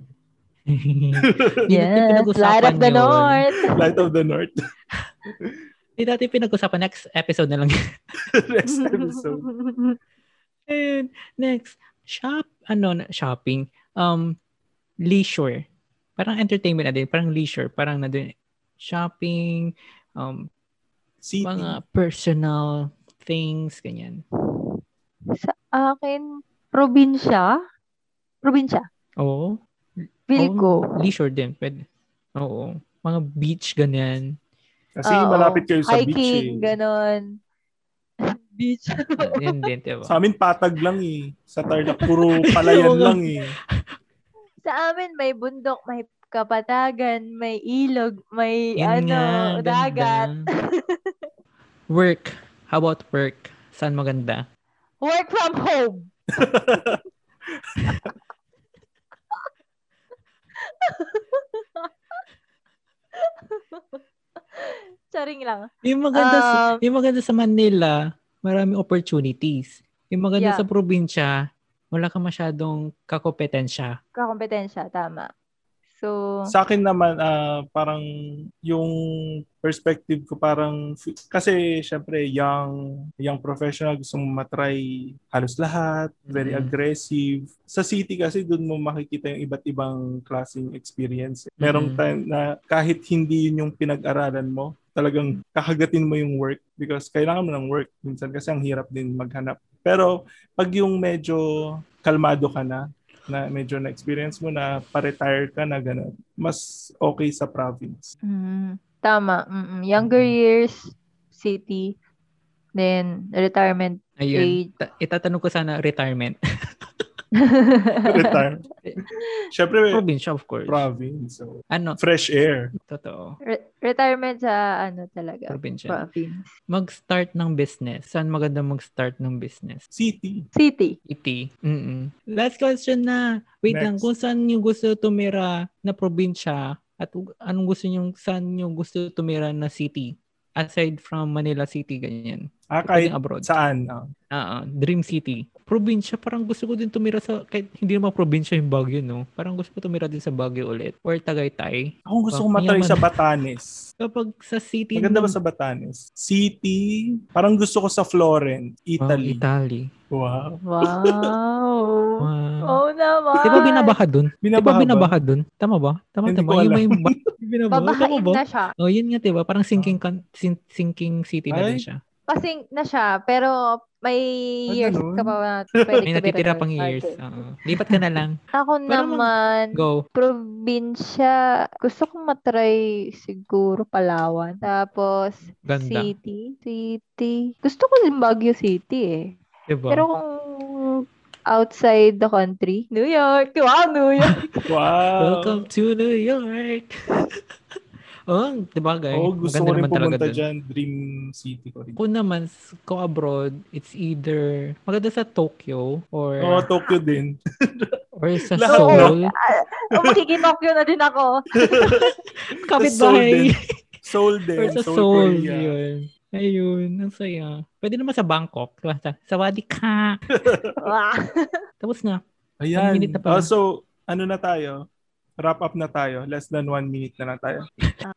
Speaker 3: Hindi natin
Speaker 1: Yes, light
Speaker 3: pinag-usapan
Speaker 1: of the
Speaker 3: yun.
Speaker 1: north.
Speaker 2: Light of the North.
Speaker 3: Hindi natin pinag-usapan. Next episode na lang.
Speaker 2: Next episode.
Speaker 3: Ayun. Next. Shop. Ano? na- Shopping. Um, leisure. Parang entertainment na din. Parang leisure. Parang na din. Shopping. Um,
Speaker 2: City.
Speaker 3: mga personal things, ganyan.
Speaker 1: Akin, probinsya. Probinsya.
Speaker 3: Oo.
Speaker 1: Feel
Speaker 3: Oo,
Speaker 1: ko.
Speaker 3: Leisure din. Pwede. Oo. Mga beach, ganyan.
Speaker 2: Kasi
Speaker 1: Oo.
Speaker 2: malapit kayo sa
Speaker 1: Hiking,
Speaker 2: beach eh.
Speaker 1: ganon. Beach.
Speaker 3: Yan din, diba?
Speaker 2: Sa amin, patag lang eh. Sa Tarlac, puro palayan
Speaker 3: Oo.
Speaker 2: lang eh.
Speaker 1: Sa amin, may bundok, may kapatagan, may ilog, may ano,
Speaker 3: Yan nga, ganda.
Speaker 1: dagat.
Speaker 3: work. How about work? Saan maganda?
Speaker 1: Work from home. Charing lang.
Speaker 3: Yung maganda, sa,
Speaker 1: Um,
Speaker 3: yung maganda sa Manila, maraming opportunities. Yung maganda
Speaker 1: Yeah.
Speaker 3: sa probinsya, wala ka masyadong kakompetensya.
Speaker 1: Kakompetensya, tama. So,
Speaker 2: Sa akin naman, ah, parang yung perspective ko parang, kasi syempre, young, young professional, gusto mo matry halos lahat, very
Speaker 3: Mhm.
Speaker 2: aggressive. Sa city kasi, dun mo makikita yung iba't ibang klaseng experience. Merong
Speaker 3: Mhm.
Speaker 2: time na kahit hindi yun yung pinag-aralan mo, talagang kakagatin mo yung work because kailangan mo ng work. Minsan kasi ang hirap din maghanap. Pero pag yung medyo kalmado ka na, na medyo na-experience mo na pa-retire ka na gano'n, mas okay sa province.
Speaker 1: mm, tama. mm, mm. Younger
Speaker 3: Mm-hmm.
Speaker 1: years, city, then retirement age.
Speaker 3: Ayun. Ta- itatanong ko sana retirement.
Speaker 2: Retire. Siyempre,
Speaker 3: probinsya, of course.
Speaker 2: province. So,
Speaker 3: ano?
Speaker 2: fresh air.
Speaker 3: Totoo.
Speaker 1: Re- retirement sa ano talaga,
Speaker 3: Probinsya.
Speaker 1: province.
Speaker 3: Mag-start ng business. Saan maganda mag-start ng business?
Speaker 2: City.
Speaker 1: City.
Speaker 3: Iti. Mm-mm. Last question na. Wait
Speaker 2: Next.
Speaker 3: lang. Kung saan nyo gusto tumira na probinsya at u- anong gusto nyo, saan nyo gusto tumira na city? Aside from Manila City, ganyan.
Speaker 2: Ah,
Speaker 3: Kahit
Speaker 2: kahit
Speaker 3: abroad.
Speaker 2: saan. ah.
Speaker 3: Ah, ah, dream city. Probinsya, parang gusto ko din tumira sa, kahit hindi naman probinsya yung Baguio, no? Parang gusto ko tumira din sa Baguio ulit. Or Tagaytay.
Speaker 2: Ako gusto
Speaker 3: Bak-
Speaker 2: kong matry
Speaker 3: yaman.
Speaker 2: sa Batanes.
Speaker 3: Kapag sa city...
Speaker 2: Maganda ba
Speaker 3: ng-
Speaker 2: sa Batanes? City. Parang gusto ko sa Florence,
Speaker 3: Wow,
Speaker 2: Italy.
Speaker 3: Oh, Italy.
Speaker 2: Wow.
Speaker 1: Wow.
Speaker 3: Wow.
Speaker 1: oh naman.
Speaker 3: Di ba binabaha dun? Di ba
Speaker 2: Binabaha ba?
Speaker 3: binabaha dun? Tama ba? Tama,
Speaker 2: Hindi
Speaker 3: tama.
Speaker 2: ko
Speaker 3: Yung
Speaker 2: alam.
Speaker 3: may ba- binabaha. Tama
Speaker 1: Babahain
Speaker 3: ba?
Speaker 1: na siya.
Speaker 3: Oh, yun nga, diba? Parang sinking, con- sin- sinking city na
Speaker 2: Ay.
Speaker 3: din siya.
Speaker 1: Kasing na siya, pero may
Speaker 2: Ah,
Speaker 1: years
Speaker 2: ganun.
Speaker 1: ka pa na pwede
Speaker 3: May
Speaker 1: tumira
Speaker 3: natitira
Speaker 1: doon.
Speaker 3: pang years.
Speaker 1: Okay.
Speaker 3: Oo. lipat ka na lang.
Speaker 1: Ako naman,
Speaker 3: Go.
Speaker 1: probinsya, gusto kong matry siguro Palawan. Tapos,
Speaker 3: Ganda.
Speaker 1: city. City. Gusto ko din Baguio City eh.
Speaker 3: Diba?
Speaker 1: Pero kung outside the country. New York. Wow, New York.
Speaker 2: Wow.
Speaker 3: Welcome to New York. oh, di ba, guys?
Speaker 2: Oo, gusto ko rin pumunta dyan. Dream city ko rin.
Speaker 3: Kung naman, s- kung abroad, it's either maganda sa Tokyo or
Speaker 2: Oo, Tokyo din.
Speaker 3: or sa
Speaker 2: Lahat.
Speaker 3: Seoul.
Speaker 1: oh, makikinokyo na din ako.
Speaker 3: Kapitbahay.
Speaker 2: Seoul
Speaker 3: Or
Speaker 2: din.
Speaker 3: sa
Speaker 2: Seoul,
Speaker 3: Seoul,
Speaker 2: Korea.
Speaker 3: yun. Ayun, ang saya. Pwede naman sa Bangkok. di ba? Sa, sa Wadi Ka.
Speaker 1: Wow.
Speaker 3: Tapos na.
Speaker 2: Ayan.
Speaker 3: One minute na pala.
Speaker 2: Ah, so, ano na tayo? Wrap up na tayo. Less than one minute na na tayo.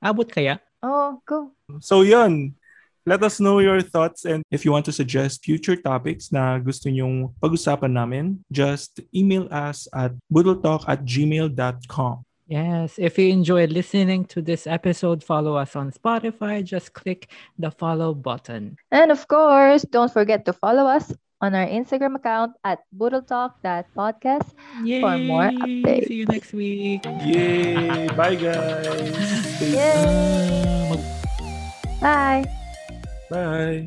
Speaker 3: Abot kaya?
Speaker 1: Oh, go.
Speaker 2: So yun, let us know your thoughts and if you want to suggest future topics na gusto nyong pag-usapan namin, just email us at boodletalk at gmail.com.
Speaker 3: Yes. If you enjoyed listening to this episode, follow us on Spotify. Just click the follow button.
Speaker 1: And of course, don't forget to follow us on our Instagram account at boodletalk.podcast.
Speaker 3: Yay!
Speaker 1: For more updates.
Speaker 3: See you next week.
Speaker 2: Yay! Bye guys! Stay-
Speaker 1: Yay!
Speaker 3: Ah, mag-
Speaker 1: Bye!
Speaker 2: Bye!